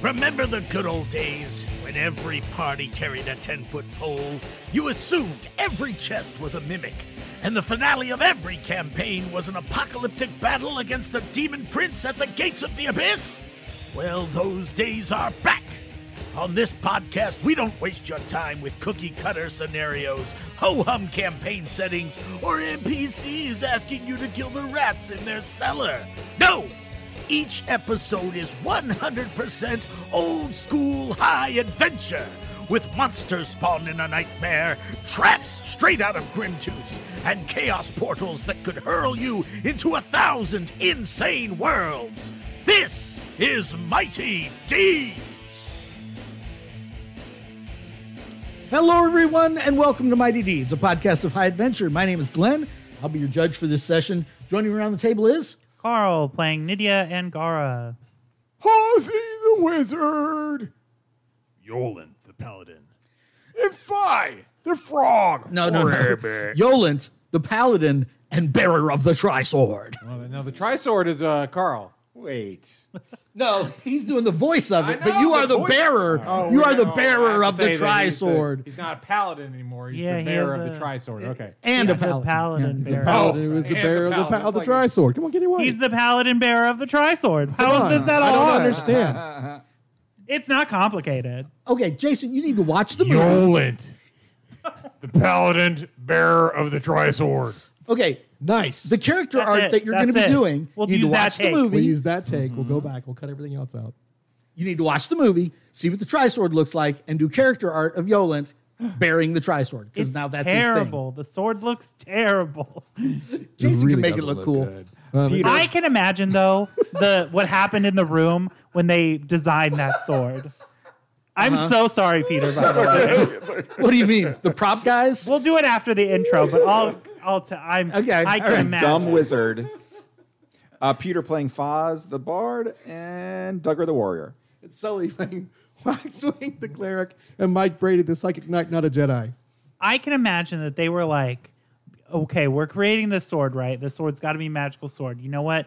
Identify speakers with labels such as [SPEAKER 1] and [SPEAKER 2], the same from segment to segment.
[SPEAKER 1] Remember the good old days when every party carried a 10 foot pole? You assumed every chest was a mimic, and the finale of every campaign was an apocalyptic battle against the demon prince at the gates of the abyss? Well, those days are back! On this podcast, we don't waste your time with cookie cutter scenarios, ho hum campaign settings, or NPCs asking you to kill the rats in their cellar. No! Each episode is 100% old school high adventure, with monsters spawned in a nightmare, traps straight out of Grimtooth, and chaos portals that could hurl you into a thousand insane worlds. This is Mighty Deeds!
[SPEAKER 2] Hello, everyone, and welcome to Mighty Deeds, a podcast of high adventure. My name is Glenn. I'll be your judge for this session. Joining me around the table is
[SPEAKER 3] Carl playing Nydia and Gara.
[SPEAKER 4] Ozzy the Wizard
[SPEAKER 1] Yolan, the paladin.
[SPEAKER 4] and Fi the Frog.
[SPEAKER 2] no, no, no, Yolent, the Paladin, and Bearer of the Trisword.
[SPEAKER 4] no, the Trisword is uh, Carl.
[SPEAKER 5] Wait.
[SPEAKER 2] No, he's doing the voice of it,
[SPEAKER 4] I
[SPEAKER 2] but
[SPEAKER 4] know,
[SPEAKER 2] you are
[SPEAKER 4] the
[SPEAKER 2] the
[SPEAKER 4] voice-
[SPEAKER 2] bearer.
[SPEAKER 4] Oh,
[SPEAKER 2] you
[SPEAKER 4] yeah,
[SPEAKER 2] are the
[SPEAKER 4] oh, I
[SPEAKER 2] bearer
[SPEAKER 4] have
[SPEAKER 2] of
[SPEAKER 4] to
[SPEAKER 2] the
[SPEAKER 4] say that he's the-
[SPEAKER 2] Trisword
[SPEAKER 4] He's not a paladin anymore. He's
[SPEAKER 3] Yeah,
[SPEAKER 4] the
[SPEAKER 3] he
[SPEAKER 4] bearer
[SPEAKER 3] has
[SPEAKER 4] of the
[SPEAKER 3] a-
[SPEAKER 4] Trisword. Okay.
[SPEAKER 2] and a
[SPEAKER 3] the
[SPEAKER 2] paladin.
[SPEAKER 3] paladin
[SPEAKER 2] Yeah.
[SPEAKER 3] bearer.
[SPEAKER 5] Paladin
[SPEAKER 4] Oh,
[SPEAKER 5] who is the
[SPEAKER 4] and
[SPEAKER 5] bearer
[SPEAKER 4] the
[SPEAKER 5] of the,
[SPEAKER 4] paladin.
[SPEAKER 5] pa- of the
[SPEAKER 4] It's like-
[SPEAKER 5] Trisword. Come on, get away.
[SPEAKER 3] He's the paladin bearer of the Trisword. How is this that
[SPEAKER 5] I don't
[SPEAKER 3] hard?
[SPEAKER 5] understand.
[SPEAKER 3] It's not complicated.
[SPEAKER 2] Okay, Jason, you need to watch the movie.
[SPEAKER 4] Yolent, the paladin bearer of the Trisword.
[SPEAKER 2] Okay,
[SPEAKER 5] nice.
[SPEAKER 2] the character
[SPEAKER 3] That's
[SPEAKER 2] art
[SPEAKER 3] it,
[SPEAKER 2] that you're going to be
[SPEAKER 3] that's it.
[SPEAKER 2] doing.
[SPEAKER 3] We'll
[SPEAKER 2] you need to
[SPEAKER 3] use that
[SPEAKER 2] watch the
[SPEAKER 3] take.
[SPEAKER 2] movie.
[SPEAKER 5] we'll use that take. We'll go back. We'll cut everything else out.
[SPEAKER 2] you need to watch the movie, see what the Trisword looks like, and do character art of Yolent bearing the Trisword because
[SPEAKER 3] It's
[SPEAKER 2] now that's
[SPEAKER 3] terrible. The sword looks terrible.
[SPEAKER 2] his thing. Jason
[SPEAKER 5] really
[SPEAKER 2] can make it
[SPEAKER 5] doesn't
[SPEAKER 2] look, cool.
[SPEAKER 5] good. Um,
[SPEAKER 3] I can imagine though the what happened in the room when they designed that sword. I'm
[SPEAKER 2] Uh-huh.
[SPEAKER 3] so sorry, Peter. By the way,
[SPEAKER 2] What do you mean? The prop guys?
[SPEAKER 3] we'll do it after the intro, but I'll I'll t- I'm
[SPEAKER 2] Okay,
[SPEAKER 3] I
[SPEAKER 2] all
[SPEAKER 3] can
[SPEAKER 2] right.
[SPEAKER 3] imagine.
[SPEAKER 6] Dumb Wizard. Uh, Peter playing Foz the Bard and Duggar the Warrior.
[SPEAKER 5] it's Sully playing Waxwing the Cleric and Mike Brady the Psychic Knight, not a Jedi.
[SPEAKER 3] I can imagine that they were like, okay, we're creating this sword, right? This sword's got to be a magical sword. You know what?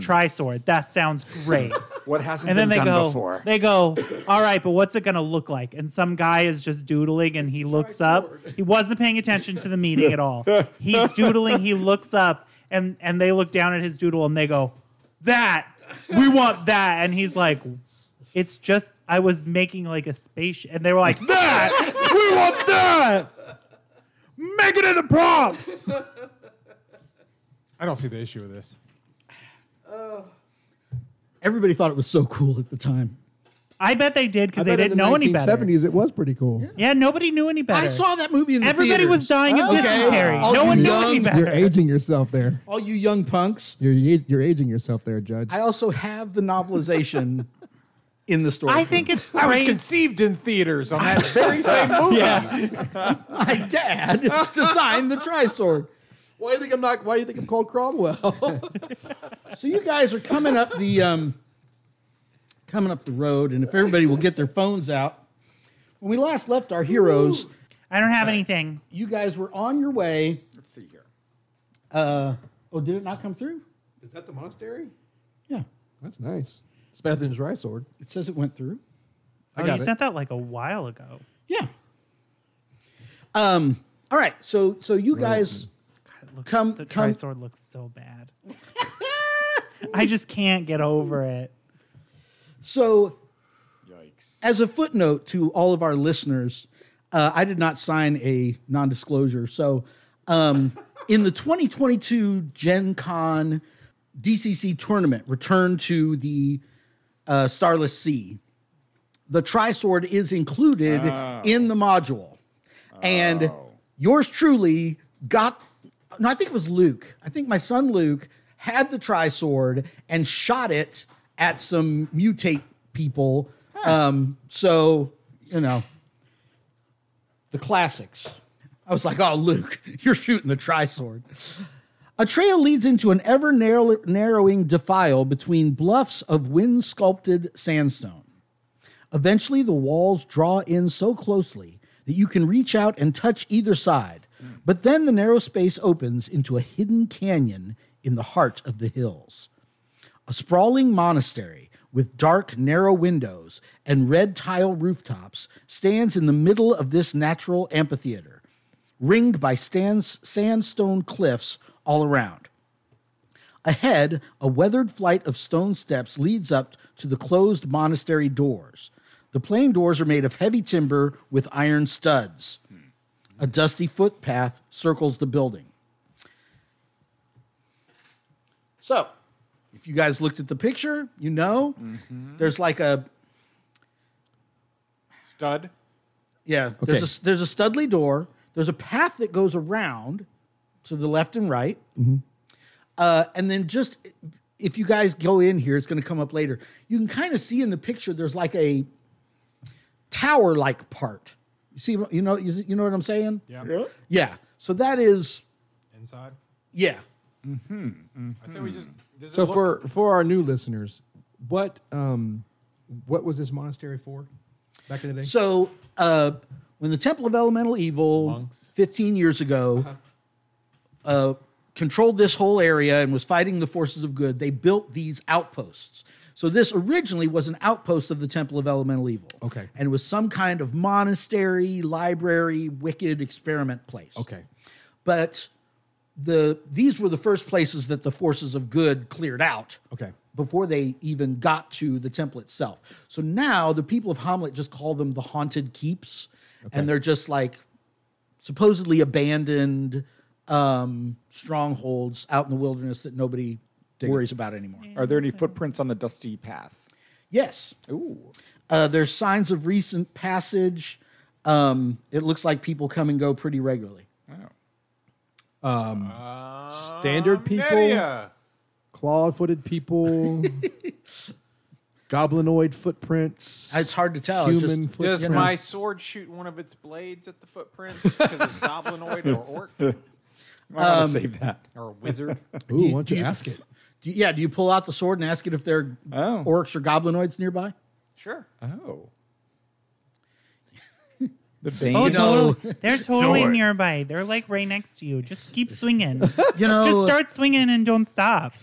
[SPEAKER 3] Try sword. That sounds great.
[SPEAKER 6] What hasn't
[SPEAKER 3] and then
[SPEAKER 6] Hmm. been
[SPEAKER 3] they
[SPEAKER 6] done
[SPEAKER 3] go,
[SPEAKER 6] before?
[SPEAKER 3] they go, all right, but what's it going to look like? And some guy is just doodling and he looks up. He wasn't paying attention to the meeting at all. He's doodling, he looks up and and they look down at his doodle and they go, "That. We want that." And he's like, "It's just I was making like a space." And they were like, "That. We want that." Make it in the prompts.
[SPEAKER 4] I don't see the issue with this.
[SPEAKER 2] Everybody thought it was so cool at the time.
[SPEAKER 3] I bet they did
[SPEAKER 5] I
[SPEAKER 3] because they
[SPEAKER 5] bet
[SPEAKER 3] didn't know any better.
[SPEAKER 5] 1970s, it was pretty cool.
[SPEAKER 3] Yeah, nobody knew any better.
[SPEAKER 2] I saw that movie in the
[SPEAKER 3] Everybody was
[SPEAKER 2] theaters.
[SPEAKER 3] dying of
[SPEAKER 2] Okay. Oh,
[SPEAKER 3] dysentery.
[SPEAKER 2] All
[SPEAKER 3] No
[SPEAKER 2] you
[SPEAKER 3] one knew
[SPEAKER 2] young-
[SPEAKER 3] any
[SPEAKER 5] You're
[SPEAKER 3] better.
[SPEAKER 5] aging yourself there.
[SPEAKER 2] All you young punks.
[SPEAKER 5] You're, you're aging yourself there, Judge.
[SPEAKER 2] I also have the novelization in the story.
[SPEAKER 3] I think it's
[SPEAKER 4] I was
[SPEAKER 3] crazy.
[SPEAKER 4] conceived in theaters on that very same movie.
[SPEAKER 3] yeah.
[SPEAKER 2] my dad designed the Trisword.
[SPEAKER 5] why do you think I'm not? Why do you think I'm called Cromwell?
[SPEAKER 2] So you guys are coming up the um, coming up the road, and if everybody will get their phones out. When we last left our heroes,
[SPEAKER 3] I don't have anything.
[SPEAKER 2] you guys were on your way.
[SPEAKER 6] Let's see here.
[SPEAKER 2] Oh, did it not come through?
[SPEAKER 5] Is that the monastery?
[SPEAKER 2] Yeah,
[SPEAKER 5] That's nice. It's better than his right sword.
[SPEAKER 2] it says it went through.
[SPEAKER 3] Oh, you sent that like a while ago.
[SPEAKER 2] Yeah. Um. All right. So so you guys
[SPEAKER 3] It looks,
[SPEAKER 2] Come-
[SPEAKER 3] the
[SPEAKER 2] come-
[SPEAKER 3] Trisword looks so bad. I just can't get over it.
[SPEAKER 2] so
[SPEAKER 6] Yikes.
[SPEAKER 2] as a footnote to all of our listeners, uh, I did not sign a non disclosure. So, um, in the 2022 Gen Con DCC tournament, Return to the uh, Starless Sea, the Trisword is included in the module. And yours truly got, no, I think it was Luke. I think my son Luke had the Trisword and shot it at some mutate people. Um, so, you know, the classics. I was like, oh, Luke, you're shooting the Trisword. A trail leads into an ever narrow- narrowing defile between bluffs of wind sculpted sandstone. Eventually, the walls draw in so closely that you can reach out and touch either side, but then the narrow space opens into a hidden canyon in the heart of the hills. A sprawling monastery with dark, narrow windows and red tile rooftops stands in the middle of this natural amphitheater, ringed by stands, sandstone cliffs all around. Ahead, a weathered flight of stone steps leads up to the closed monastery doors. The plain doors are made of heavy timber with iron studs. A dusty footpath circles the building. So, if you guys looked at the picture, you know there's like a
[SPEAKER 6] Stud.
[SPEAKER 2] yeah,
[SPEAKER 6] Okay.
[SPEAKER 2] there's a there's a studley door. There's a path that goes around to the left and right, uh, and then just if you guys go in here, it's going to come up later. You can kind of see in the picture. There's like a tower like part. You see, you know, you, you know what I'm saying?
[SPEAKER 7] Yeah.
[SPEAKER 2] Yeah. So that is
[SPEAKER 7] Inside.
[SPEAKER 2] yeah.
[SPEAKER 7] I say we just. Does
[SPEAKER 5] So
[SPEAKER 7] it look-
[SPEAKER 5] for for our new listeners, what um what was this monastery for back in the day?
[SPEAKER 2] So uh, when the Temple of Elemental Evil, 15 years ago, uh
[SPEAKER 5] Uh-huh.
[SPEAKER 2] controlled this whole area and was fighting the forces of good, they built these outposts. So this originally was an outpost of the Temple of Elemental Evil.
[SPEAKER 5] Okay.
[SPEAKER 2] And was some kind of monastery, library, wicked experiment place
[SPEAKER 5] okay.
[SPEAKER 2] but the these were the first places that the forces of good cleared out
[SPEAKER 5] Okay.
[SPEAKER 2] before they even got to the temple itself so now the people of hamlet just call them the haunted keeps and they're just like supposedly abandoned um strongholds out in the wilderness that nobody worries about anymore
[SPEAKER 6] Are there any footprints on the dusty path?
[SPEAKER 2] yes
[SPEAKER 6] Ooh.
[SPEAKER 2] uh, there's signs of recent passage um it looks like people come and go pretty regularly
[SPEAKER 3] Uh,
[SPEAKER 5] Standard people,
[SPEAKER 7] Media.
[SPEAKER 5] claw-footed people, goblinoid footprints.
[SPEAKER 2] it's hard to tell it's
[SPEAKER 5] Human
[SPEAKER 2] just-
[SPEAKER 5] footprints.
[SPEAKER 7] Does my sword shoot one of its blades at the footprint because it's goblinoid or orc
[SPEAKER 6] I want to save that.
[SPEAKER 7] or wizard?
[SPEAKER 5] Ooh, why don't you, ask it?
[SPEAKER 2] Do you- yeah, do you pull out the sword and ask it if there are
[SPEAKER 6] Oh.
[SPEAKER 2] orcs or goblinoids nearby?
[SPEAKER 7] Sure.
[SPEAKER 6] Oh. The bane.
[SPEAKER 3] Oh,
[SPEAKER 2] You know-
[SPEAKER 3] totally- they're totally
[SPEAKER 4] Sword.
[SPEAKER 3] nearby. They're like right next to you. Just keep swinging.
[SPEAKER 2] You know,
[SPEAKER 3] Just start swinging and don't stop.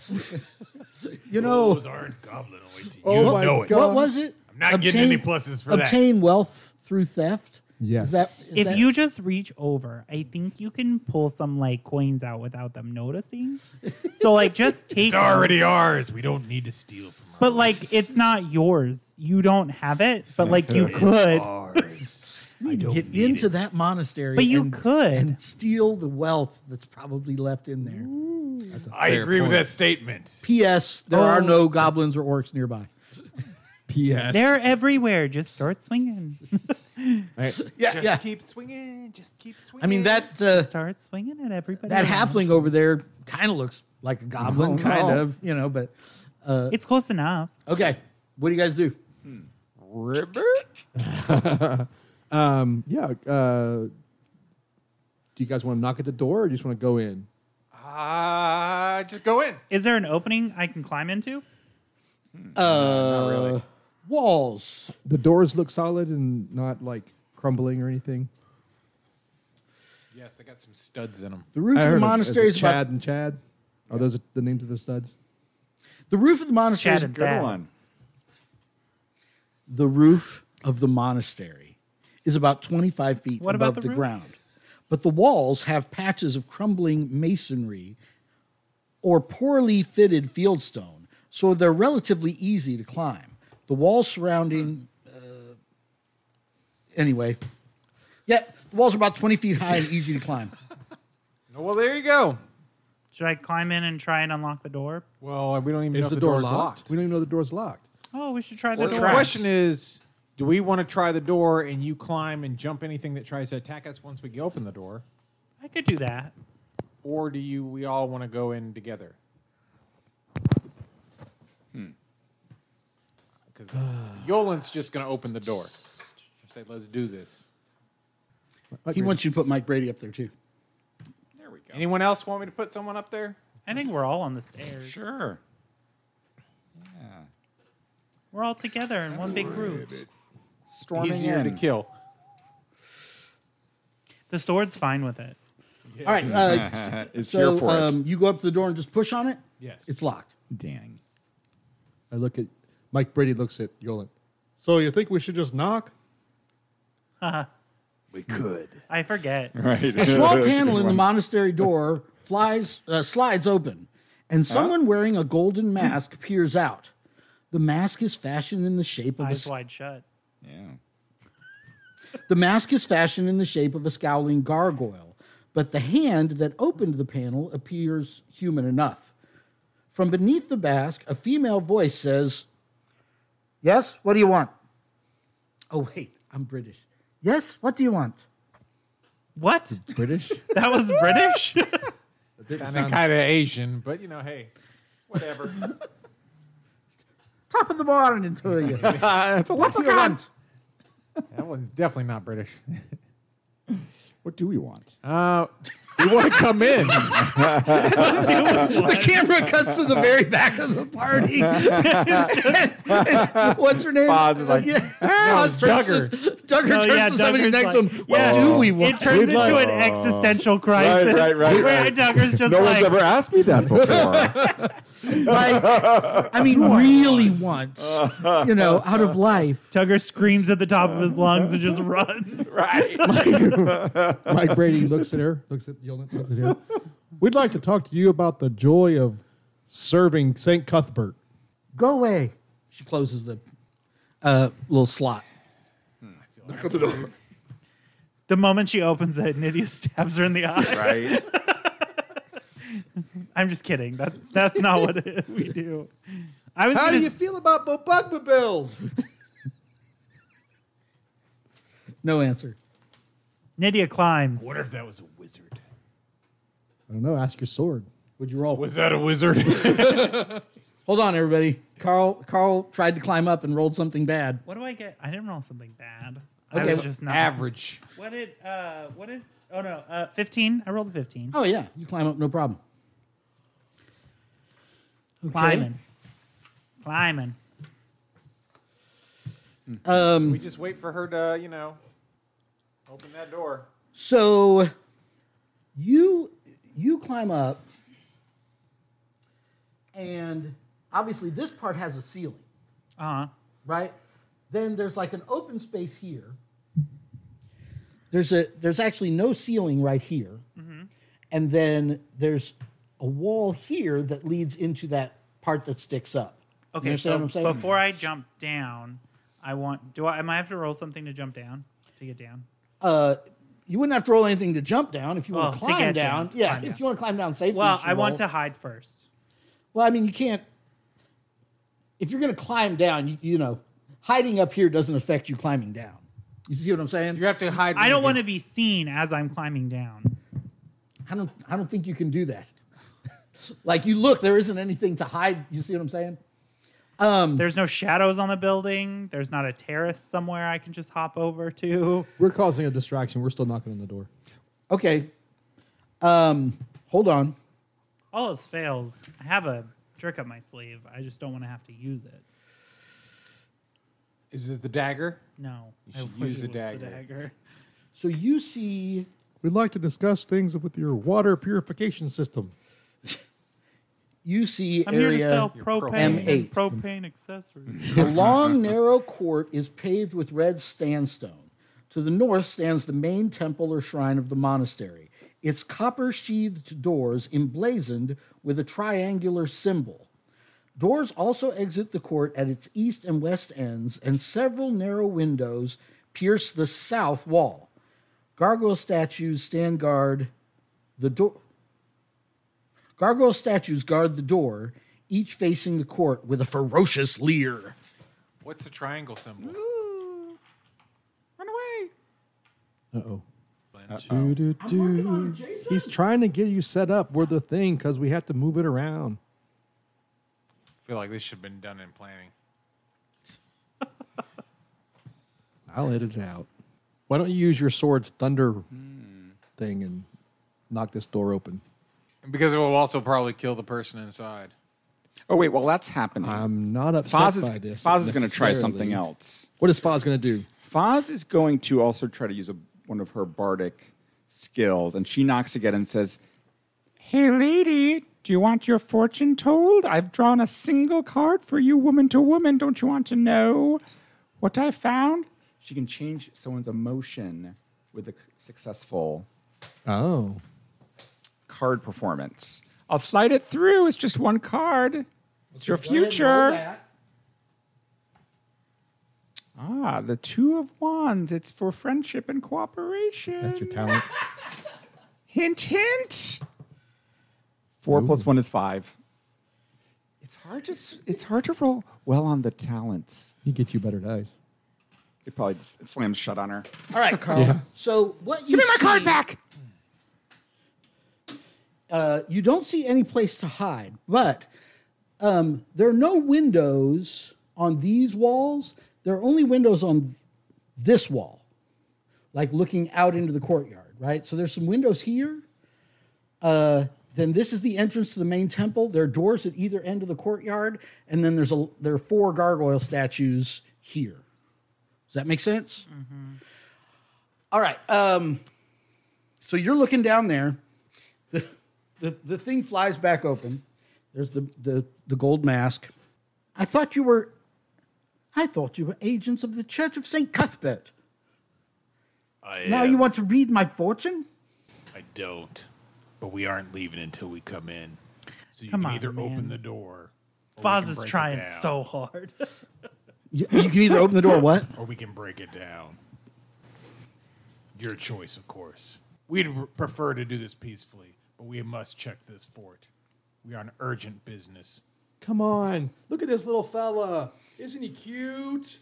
[SPEAKER 2] you know,
[SPEAKER 4] Those aren't goblinoids. You
[SPEAKER 5] Oh my
[SPEAKER 4] know it.
[SPEAKER 5] God.
[SPEAKER 2] what was it?
[SPEAKER 4] I'm not getting any pluses for that.
[SPEAKER 2] obtain wealth through theft.
[SPEAKER 5] Yes.
[SPEAKER 2] Is that, is
[SPEAKER 3] if
[SPEAKER 2] that-
[SPEAKER 3] you just reach over, I think you can pull some like coins out without them noticing. So like just take
[SPEAKER 4] It's
[SPEAKER 3] them.
[SPEAKER 4] already ours. We don't need to steal from
[SPEAKER 3] but like it's not yours. You don't have it, but like you could.
[SPEAKER 4] ours.
[SPEAKER 2] you need to get into that monastery,
[SPEAKER 3] But you
[SPEAKER 2] and-
[SPEAKER 3] could.
[SPEAKER 2] and steal the wealth that's probably left in there.
[SPEAKER 4] I agree with that statement.
[SPEAKER 2] P.S. There are
[SPEAKER 3] Oh.
[SPEAKER 2] no goblins or orcs nearby.
[SPEAKER 5] P.S.
[SPEAKER 3] They're everywhere. Just start swinging.
[SPEAKER 2] Yeah,
[SPEAKER 7] Just
[SPEAKER 2] yeah.
[SPEAKER 7] keep swinging. Just keep swinging.
[SPEAKER 2] I mean that uh,
[SPEAKER 3] start swinging at everybody.
[SPEAKER 2] that
[SPEAKER 3] else.
[SPEAKER 2] halfling over there kind of looks like a goblin, kind
[SPEAKER 6] Oh, no.
[SPEAKER 2] of, you know. But
[SPEAKER 3] It's close enough.
[SPEAKER 2] okay, what do you guys do?
[SPEAKER 6] river.
[SPEAKER 5] Um, yeah. Uh, do you guys want to knock at the door, or you just want to go in?
[SPEAKER 7] Ah, just go in.
[SPEAKER 3] Is there an opening I can climb into?
[SPEAKER 6] Not really.
[SPEAKER 2] Walls.
[SPEAKER 5] The doors look solid and not like crumbling or anything.
[SPEAKER 7] Yes, they got some studs in them.
[SPEAKER 2] The roof of the
[SPEAKER 5] of-
[SPEAKER 2] monastery
[SPEAKER 5] is it
[SPEAKER 2] is about
[SPEAKER 5] Chad and Chad. Are those the names of the studs?
[SPEAKER 2] The roof of the monastery
[SPEAKER 3] Chad
[SPEAKER 2] is
[SPEAKER 3] and
[SPEAKER 6] Good
[SPEAKER 3] Thad.
[SPEAKER 6] one.
[SPEAKER 2] the roof of the monastery is about 25 feet
[SPEAKER 3] What about
[SPEAKER 2] above
[SPEAKER 3] the
[SPEAKER 2] the,
[SPEAKER 3] roof?
[SPEAKER 2] ground. But the walls have patches of crumbling masonry or poorly fitted fieldstone, so they're relatively easy to climb. The walls surrounding, uh, anyway, yep, the walls are about 20 feet high and easy to climb.
[SPEAKER 7] No, well, there you go.
[SPEAKER 3] Should I climb in and try and unlock the door?
[SPEAKER 7] Well, we don't even know
[SPEAKER 5] Is
[SPEAKER 7] if
[SPEAKER 5] the,
[SPEAKER 7] the
[SPEAKER 5] door
[SPEAKER 7] door's
[SPEAKER 5] locked? We don't even know the door's locked.
[SPEAKER 3] Oh, we should try the
[SPEAKER 7] Well, the
[SPEAKER 3] door.
[SPEAKER 7] question is, do we want to try the door and you climb and jump anything that tries to attack us once we open the door,
[SPEAKER 3] I could do that.
[SPEAKER 7] or do you? We all want to go in together. Hmm. Because Yolan's just going to open the door. Say, let's do this.
[SPEAKER 2] He wants you to put Mike Brady up there too.
[SPEAKER 6] There we go.
[SPEAKER 7] Anyone else want me to put someone up there?
[SPEAKER 3] I think we're all on the stairs.
[SPEAKER 6] Sure.
[SPEAKER 3] We're all together in one big group.
[SPEAKER 6] Storming
[SPEAKER 7] Easier
[SPEAKER 6] in.
[SPEAKER 7] to kill.
[SPEAKER 3] The sword's fine with it.
[SPEAKER 2] All right, uh,
[SPEAKER 6] It's here
[SPEAKER 2] so
[SPEAKER 6] for
[SPEAKER 2] um, you go up to the door and just push on it.
[SPEAKER 7] Yes.
[SPEAKER 2] It's locked.
[SPEAKER 6] it. Dang.
[SPEAKER 5] I look at Mike Brady looks at Yolan. So you think we should just knock?
[SPEAKER 1] We could.
[SPEAKER 3] I forget.
[SPEAKER 2] A small panel in the monastery door flies uh, slides open, and someone wearing a golden mask peers out. The mask is fashioned in the shape of a
[SPEAKER 3] Eyes
[SPEAKER 2] s-
[SPEAKER 3] wide shut.
[SPEAKER 6] Yeah.
[SPEAKER 2] the mask is fashioned in the shape of a scowling gargoyle, but the hand that opened the panel appears human enough. From beneath the mask, a female voice says, "Yes, what do you want?" Oh wait, I'm British. Yes, what do you want?
[SPEAKER 3] What?
[SPEAKER 5] British?
[SPEAKER 3] That was British?
[SPEAKER 7] And kind of Asian, but you know, hey, whatever.
[SPEAKER 2] Top of the morning to you.
[SPEAKER 6] That's a lot.
[SPEAKER 2] What do you want?
[SPEAKER 7] that one's definitely not British.
[SPEAKER 6] What do we want?
[SPEAKER 7] Uh, you want to come in?
[SPEAKER 2] the camera cuts to the very back of the party. What's her name?
[SPEAKER 6] Foz is like,
[SPEAKER 2] yeah. Foz turns
[SPEAKER 7] Duggar.
[SPEAKER 2] to- Duggar
[SPEAKER 3] No,
[SPEAKER 2] turns
[SPEAKER 3] yeah,
[SPEAKER 2] to somebody
[SPEAKER 3] Duggar's
[SPEAKER 2] next to
[SPEAKER 3] like-
[SPEAKER 2] him.
[SPEAKER 3] yeah.
[SPEAKER 2] What do we want?
[SPEAKER 3] it turns into
[SPEAKER 6] like-
[SPEAKER 3] an existential crisis.
[SPEAKER 6] right, right,
[SPEAKER 3] Where
[SPEAKER 6] right.
[SPEAKER 3] Duggar's just
[SPEAKER 6] No
[SPEAKER 3] like,
[SPEAKER 6] one's ever asked me that before.
[SPEAKER 2] Like, I mean, really wants, you know, out of life.
[SPEAKER 3] Tugger screams at the top of his lungs and just runs.
[SPEAKER 5] Mike Brady looks at her, looks at Yolan, looks at her. We'd like to talk to you about the joy of serving St. Cuthbert.
[SPEAKER 2] Go away. She closes the uh, little slot.
[SPEAKER 3] The moment she opens it, Nydia stabs her in the eye.
[SPEAKER 6] right?
[SPEAKER 3] I'm just kidding. That's that's not what it, we do. I was
[SPEAKER 5] How
[SPEAKER 3] gonna
[SPEAKER 5] do you
[SPEAKER 3] s-
[SPEAKER 5] feel about Bobugba Bills?
[SPEAKER 2] No answer.
[SPEAKER 3] Nydia climbs.
[SPEAKER 4] wonder if that was a wizard.
[SPEAKER 5] I don't know. Ask your sword.
[SPEAKER 2] Would you roll?
[SPEAKER 4] Was that a wizard?
[SPEAKER 2] Hold on, everybody. Carl Carl tried to climb up and rolled something bad.
[SPEAKER 3] What do I get? I didn't roll something bad. I
[SPEAKER 2] Okay.
[SPEAKER 3] was just not
[SPEAKER 7] Average.
[SPEAKER 3] What did uh what is oh no, uh 15? I rolled a 15.
[SPEAKER 2] Oh yeah, you climb up, no problem. Okay.
[SPEAKER 3] Climbing. Climbing.
[SPEAKER 7] We just wait for her to, you know, open that door.
[SPEAKER 2] So you you climb up and obviously this part has a ceiling,
[SPEAKER 3] Uh-huh.
[SPEAKER 2] right? Then there's like an open space here. There's a there's actually no ceiling right here.
[SPEAKER 3] Mm-hmm.
[SPEAKER 2] And then there's a wall here that leads into that part that sticks up. You
[SPEAKER 3] Okay,
[SPEAKER 2] understand
[SPEAKER 3] so
[SPEAKER 2] what I'm saying?
[SPEAKER 3] before I jump down, I want do I am I have to roll something to jump down to get down?
[SPEAKER 2] uh, you wouldn't have to roll anything to jump down if you want
[SPEAKER 3] Oh, to
[SPEAKER 2] to climb
[SPEAKER 3] get
[SPEAKER 2] down.
[SPEAKER 3] down, to
[SPEAKER 2] Yeah,
[SPEAKER 3] climb
[SPEAKER 2] if
[SPEAKER 3] down.
[SPEAKER 2] you want to climb down safely. you
[SPEAKER 3] Well,
[SPEAKER 2] should
[SPEAKER 3] I want
[SPEAKER 2] roll.
[SPEAKER 3] to hide first.
[SPEAKER 2] Well, I mean, you can't. If you're going to climb down, you, you know, hiding up here doesn't affect you climbing down. You see what I'm saying?
[SPEAKER 7] You have to hide.
[SPEAKER 3] I don't want to be seen as I'm climbing down.
[SPEAKER 2] I don't. I don't think you can do that. like you look, there isn't anything to hide. You see what I'm saying?
[SPEAKER 3] There's no shadows on the building. There's not a terrace somewhere I can just hop over to.
[SPEAKER 5] We're causing a distraction. We're still knocking on the door.
[SPEAKER 2] Okay. Um, hold on.
[SPEAKER 3] All else fails. I have a trick up my sleeve. I just don't want to have to use it.
[SPEAKER 7] Is it the dagger?
[SPEAKER 3] No. You
[SPEAKER 7] should use a dagger.
[SPEAKER 2] So you see,
[SPEAKER 5] We'd like to discuss things with your water purification system.
[SPEAKER 2] you see
[SPEAKER 3] I'm here to
[SPEAKER 2] area
[SPEAKER 3] sell propane and
[SPEAKER 2] M8.
[SPEAKER 3] propane accessories.
[SPEAKER 2] The long, narrow court is paved with red sandstone. To the north stands the main temple or shrine of the monastery, its copper sheathed doors emblazoned with a triangular symbol. Doors also exit the court at its east and west ends, and several narrow windows pierce the south wall. Gargoyle statues stand guard the door. Gargoyle statues guard the door, each facing the court with a ferocious leer.
[SPEAKER 7] What's the triangle symbol?
[SPEAKER 5] Uh-oh. Doo-doo-doo. He's trying to get you set up. We're the thing because we have to move it around.
[SPEAKER 7] feel like this should have been done in planning.
[SPEAKER 5] I'll edit it out. Why don't you use your sword's thunder
[SPEAKER 6] Hmm.
[SPEAKER 5] thing and knock this door open?
[SPEAKER 7] Because it will also probably kill the person inside.
[SPEAKER 6] Oh wait, well that's happening.
[SPEAKER 5] I'm not upset
[SPEAKER 6] Foz is,
[SPEAKER 5] by this.
[SPEAKER 6] Foz is going to try
[SPEAKER 5] necessarily.
[SPEAKER 6] something else.
[SPEAKER 5] What is Foz going to do?
[SPEAKER 6] Foz is going to also try to use a, one of her bardic skills, and she knocks again and says, "Hey, lady,
[SPEAKER 8] Do you want your fortune told? I've drawn a single card for you, woman to woman. Don't you want to know what I found?
[SPEAKER 6] She can change someone's emotion with a c- successful
[SPEAKER 5] Oh.
[SPEAKER 6] card performance.
[SPEAKER 8] I'll slide it through. It's just one card. It's your future. Ah, the two of wands. It's for friendship and cooperation.
[SPEAKER 5] That's your talent.
[SPEAKER 8] hint, hint.
[SPEAKER 6] Four plus one is five. It's hard to s- it's hard to roll well on the talents.
[SPEAKER 5] He gets you better dice.
[SPEAKER 6] It probably just slams shut on her.
[SPEAKER 2] All right, Carl. So what you
[SPEAKER 8] Give me my
[SPEAKER 2] see,
[SPEAKER 8] card back.
[SPEAKER 2] uh, you don't see any place to hide, but um, there are no windows on these walls. There are only windows on this wall, like looking out into the courtyard, right? So there's some windows here. Uh, then this is the entrance to the main temple. There are doors at either end of the courtyard, and then there's a there are four gargoyle statues here. Does that make sense? All right. Um, so you're looking down there the, the, the thing flies back open. There's the, the, the gold mask. I thought you were, I thought you were agents of the Church of St. Cuthbert.
[SPEAKER 1] I
[SPEAKER 2] Now
[SPEAKER 1] am-
[SPEAKER 2] you want to read my fortune?
[SPEAKER 1] I don't. But we aren't leaving until we come in. So you
[SPEAKER 3] Come
[SPEAKER 1] can
[SPEAKER 3] on,
[SPEAKER 1] either
[SPEAKER 3] man.
[SPEAKER 1] open the door. or we
[SPEAKER 3] Foz
[SPEAKER 1] can
[SPEAKER 3] is
[SPEAKER 1] break it
[SPEAKER 3] trying
[SPEAKER 1] down,
[SPEAKER 3] so hard.
[SPEAKER 2] You, you can either open the door, what?
[SPEAKER 1] Or we can break it down. Your choice, of course. We'd r- prefer to do this peacefully, but we must check this fort. We are on urgent business.
[SPEAKER 5] Come on. Look at this little fella. Isn't he cute?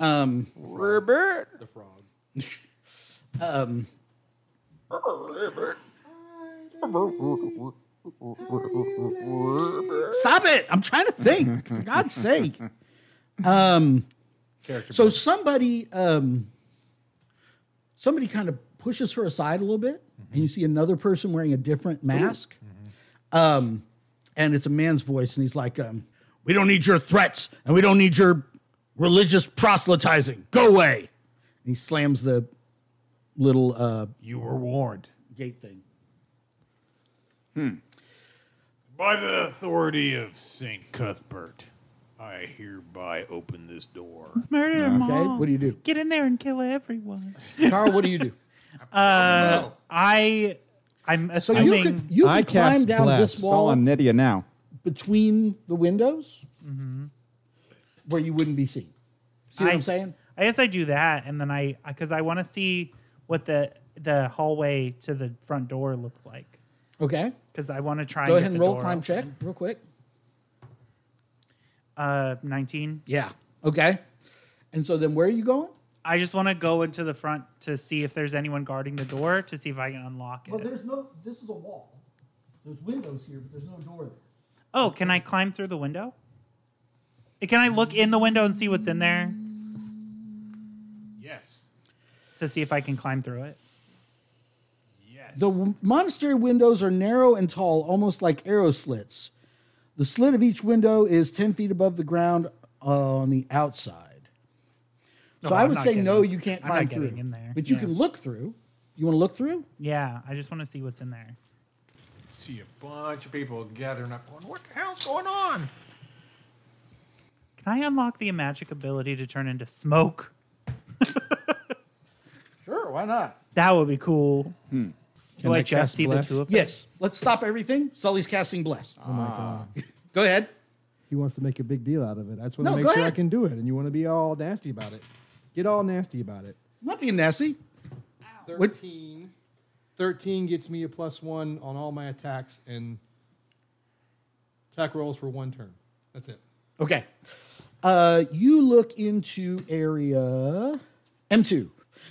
[SPEAKER 2] Um,
[SPEAKER 8] Herbert.
[SPEAKER 5] The frog.
[SPEAKER 2] um, Stop it! I'm trying to think. For God's sake. Um, so somebody, um, somebody kind of pushes her aside a little bit, and you see another person wearing a different mask. Um, and it's a man's voice, and he's like, um, "We don't need your threats, and we don't need your religious proselytizing. Go away!" And he slams the little uh,
[SPEAKER 4] You were warned.
[SPEAKER 2] gate thing.
[SPEAKER 4] By the authority of St. Cuthbert, I hereby open this door.
[SPEAKER 3] Murder them
[SPEAKER 2] Okay,
[SPEAKER 3] all.
[SPEAKER 2] what do you do,
[SPEAKER 3] Get in there and kill everyone.
[SPEAKER 2] Carl? What do you do?
[SPEAKER 3] Uh, I, I'm
[SPEAKER 2] So
[SPEAKER 3] assuming.
[SPEAKER 2] you could you
[SPEAKER 5] I
[SPEAKER 2] could climb
[SPEAKER 5] cast
[SPEAKER 2] down
[SPEAKER 5] bless.
[SPEAKER 2] this
[SPEAKER 5] It's
[SPEAKER 6] It's all
[SPEAKER 2] wall
[SPEAKER 6] on Nydia now.
[SPEAKER 2] between the windows, where you wouldn't be seen. See
[SPEAKER 3] Mm-hmm.
[SPEAKER 2] what I,
[SPEAKER 3] I-
[SPEAKER 2] am saying?
[SPEAKER 3] I guess I do that, and then I because I want to see what the the hallway to the front door looks like
[SPEAKER 2] Okay,
[SPEAKER 3] because I want to try.
[SPEAKER 2] go
[SPEAKER 3] and
[SPEAKER 2] ahead
[SPEAKER 3] get
[SPEAKER 2] and
[SPEAKER 3] the
[SPEAKER 2] roll
[SPEAKER 3] door
[SPEAKER 2] climb
[SPEAKER 3] open.
[SPEAKER 2] check real quick.
[SPEAKER 3] Uh, nineteen.
[SPEAKER 2] Yeah. Okay. And so then, where are you going?
[SPEAKER 3] I just want to go into the front to see if there's anyone guarding the door to see if I can unlock it.
[SPEAKER 2] no. This is a wall. There's windows here, but there's no door there.
[SPEAKER 3] oh, can I climb through the window? Can I look in the window and see what's in there
[SPEAKER 4] Yes.
[SPEAKER 3] to see if I can climb through it?
[SPEAKER 4] Yes.
[SPEAKER 2] The w- monastery windows are narrow and tall, almost like arrow slits. The slit of each window is 10 feet above the ground on the outside. so
[SPEAKER 3] No,
[SPEAKER 2] I
[SPEAKER 3] I'm
[SPEAKER 2] would
[SPEAKER 3] not
[SPEAKER 2] say
[SPEAKER 3] getting-
[SPEAKER 2] no, you can't
[SPEAKER 3] I'm not
[SPEAKER 2] climb
[SPEAKER 3] getting
[SPEAKER 2] through.
[SPEAKER 3] in there.
[SPEAKER 2] But you
[SPEAKER 3] Yeah.
[SPEAKER 2] can look through. You want to look through?
[SPEAKER 3] Yeah, I just want to see what's in there.
[SPEAKER 7] See a bunch of people gathering up, going, "What the hell's going on?"
[SPEAKER 3] Can I unlock the magic ability to turn into smoke?
[SPEAKER 2] Sure, why not?
[SPEAKER 3] That would be cool.
[SPEAKER 2] Hmm.
[SPEAKER 3] Do I,
[SPEAKER 5] I
[SPEAKER 3] just
[SPEAKER 5] cast
[SPEAKER 3] see
[SPEAKER 5] bless?
[SPEAKER 3] the two of them?
[SPEAKER 2] Yes. Let's stop everything. Sully's casting bless.
[SPEAKER 5] Oh my god.
[SPEAKER 2] Go ahead.
[SPEAKER 5] He wants to make a big deal out of it. I just want
[SPEAKER 2] No,
[SPEAKER 5] to make
[SPEAKER 2] go
[SPEAKER 5] sure I
[SPEAKER 2] ahead.
[SPEAKER 5] can do it. And you want to be all nasty about it. Get all nasty about it.
[SPEAKER 2] I'm not being nasty. What-
[SPEAKER 5] 13. 13 gets me a plus one on all my attacks and attack rolls for one turn. That's it.
[SPEAKER 2] Okay. Uh, you look into area M2.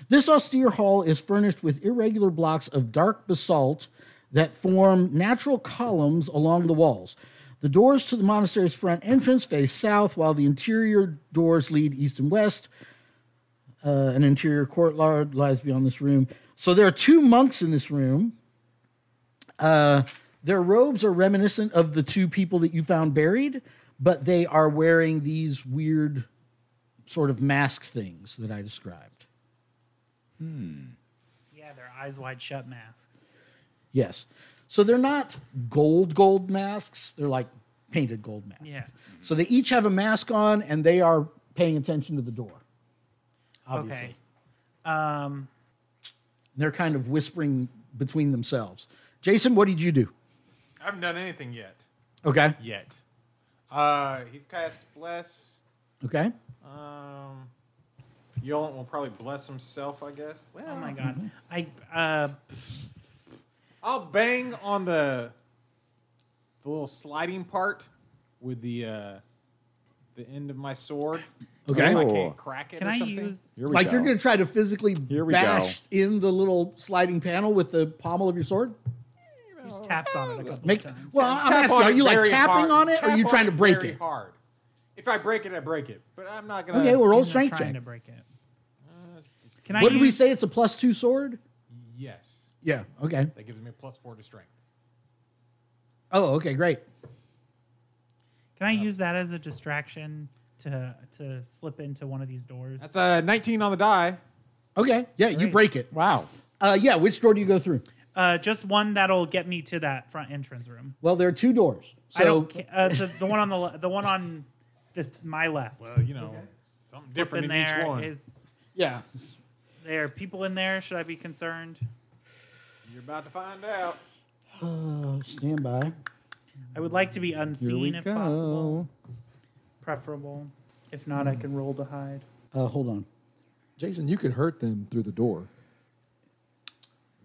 [SPEAKER 2] This austere hall is furnished with irregular blocks of dark basalt that form natural columns along the walls. The doors to the monastery's front entrance face south, while the interior doors lead east and west. Uh, an interior courtyard lies beyond this room. So there are two monks in this room. Uh, their robes are reminiscent of the two people that you found buried, but they are wearing these weird sort of mask things that I described.
[SPEAKER 3] Yeah, they're eyes wide shut masks.
[SPEAKER 2] Yes. So they're not gold gold masks. They're like painted gold masks.
[SPEAKER 3] Yeah.
[SPEAKER 2] So they each have a mask on and they are paying attention to the door. Obviously.
[SPEAKER 3] Okay. Um,
[SPEAKER 2] They're kind of whispering between themselves. Jason, what did you do?
[SPEAKER 7] I haven't done anything yet.
[SPEAKER 2] Okay.
[SPEAKER 7] Yet. Uh, he's cast bless.
[SPEAKER 2] Okay.
[SPEAKER 7] Um, Yolant will probably bless himself, I guess. Well,
[SPEAKER 3] oh my
[SPEAKER 2] Mm-hmm.
[SPEAKER 3] god. I uh,
[SPEAKER 7] I'll bang on the the little sliding part with the uh, the end of my sword.
[SPEAKER 2] Okay.
[SPEAKER 7] So I
[SPEAKER 8] Cool.
[SPEAKER 7] can't crack it.
[SPEAKER 3] can
[SPEAKER 7] or
[SPEAKER 3] I
[SPEAKER 7] something.
[SPEAKER 3] use?
[SPEAKER 8] Here we
[SPEAKER 2] Like
[SPEAKER 8] go.
[SPEAKER 2] you're going to try to physically
[SPEAKER 8] Here we
[SPEAKER 2] bash in the little sliding panel with the pommel of your sword?
[SPEAKER 3] He just taps on it a couple
[SPEAKER 2] Make
[SPEAKER 3] of times.
[SPEAKER 2] well. I'm
[SPEAKER 7] Tap
[SPEAKER 2] asking,
[SPEAKER 7] on
[SPEAKER 2] are
[SPEAKER 7] it
[SPEAKER 2] you like
[SPEAKER 7] very
[SPEAKER 2] tapping
[SPEAKER 7] hard.
[SPEAKER 2] on it, or are
[SPEAKER 7] Tap
[SPEAKER 2] you
[SPEAKER 7] on
[SPEAKER 2] trying to break
[SPEAKER 7] very
[SPEAKER 2] it?
[SPEAKER 7] Hard. If I break it, I break it. But I'm not gonna.
[SPEAKER 2] Okay, well, roll
[SPEAKER 3] He's not
[SPEAKER 2] strength
[SPEAKER 3] trying
[SPEAKER 2] check.
[SPEAKER 3] to break it. Can I
[SPEAKER 2] What did we
[SPEAKER 3] use-
[SPEAKER 2] say? It's a plus two sword.
[SPEAKER 7] Yes,
[SPEAKER 2] Yeah. Okay.
[SPEAKER 7] that gives me plus four to strength.
[SPEAKER 2] Oh, okay, great.
[SPEAKER 3] Can I use that as a distraction to to slip into one of these doors?
[SPEAKER 7] That's a 19 on the die.
[SPEAKER 2] Okay, yeah, you
[SPEAKER 3] Great.
[SPEAKER 2] break it.
[SPEAKER 8] Wow.
[SPEAKER 2] Uh, yeah, which door do you go through?
[SPEAKER 3] uh, just one that'll get me to that front entrance room.
[SPEAKER 2] Well, there are two doors. So
[SPEAKER 3] I don't. ca- Uh, the, the one on the le- the one on this my left.
[SPEAKER 7] Well, you know, something
[SPEAKER 3] Slip
[SPEAKER 7] different in, each
[SPEAKER 3] there.
[SPEAKER 7] one.
[SPEAKER 3] Is
[SPEAKER 2] yeah,
[SPEAKER 3] there are people in there? Should I be concerned?
[SPEAKER 7] You're about to find out.
[SPEAKER 2] uh, stand by.
[SPEAKER 3] I would like to be unseen if possible. Preferable. If not, I can roll to hide.
[SPEAKER 2] Uh, hold on.
[SPEAKER 5] Jason, you could hurt them through the door.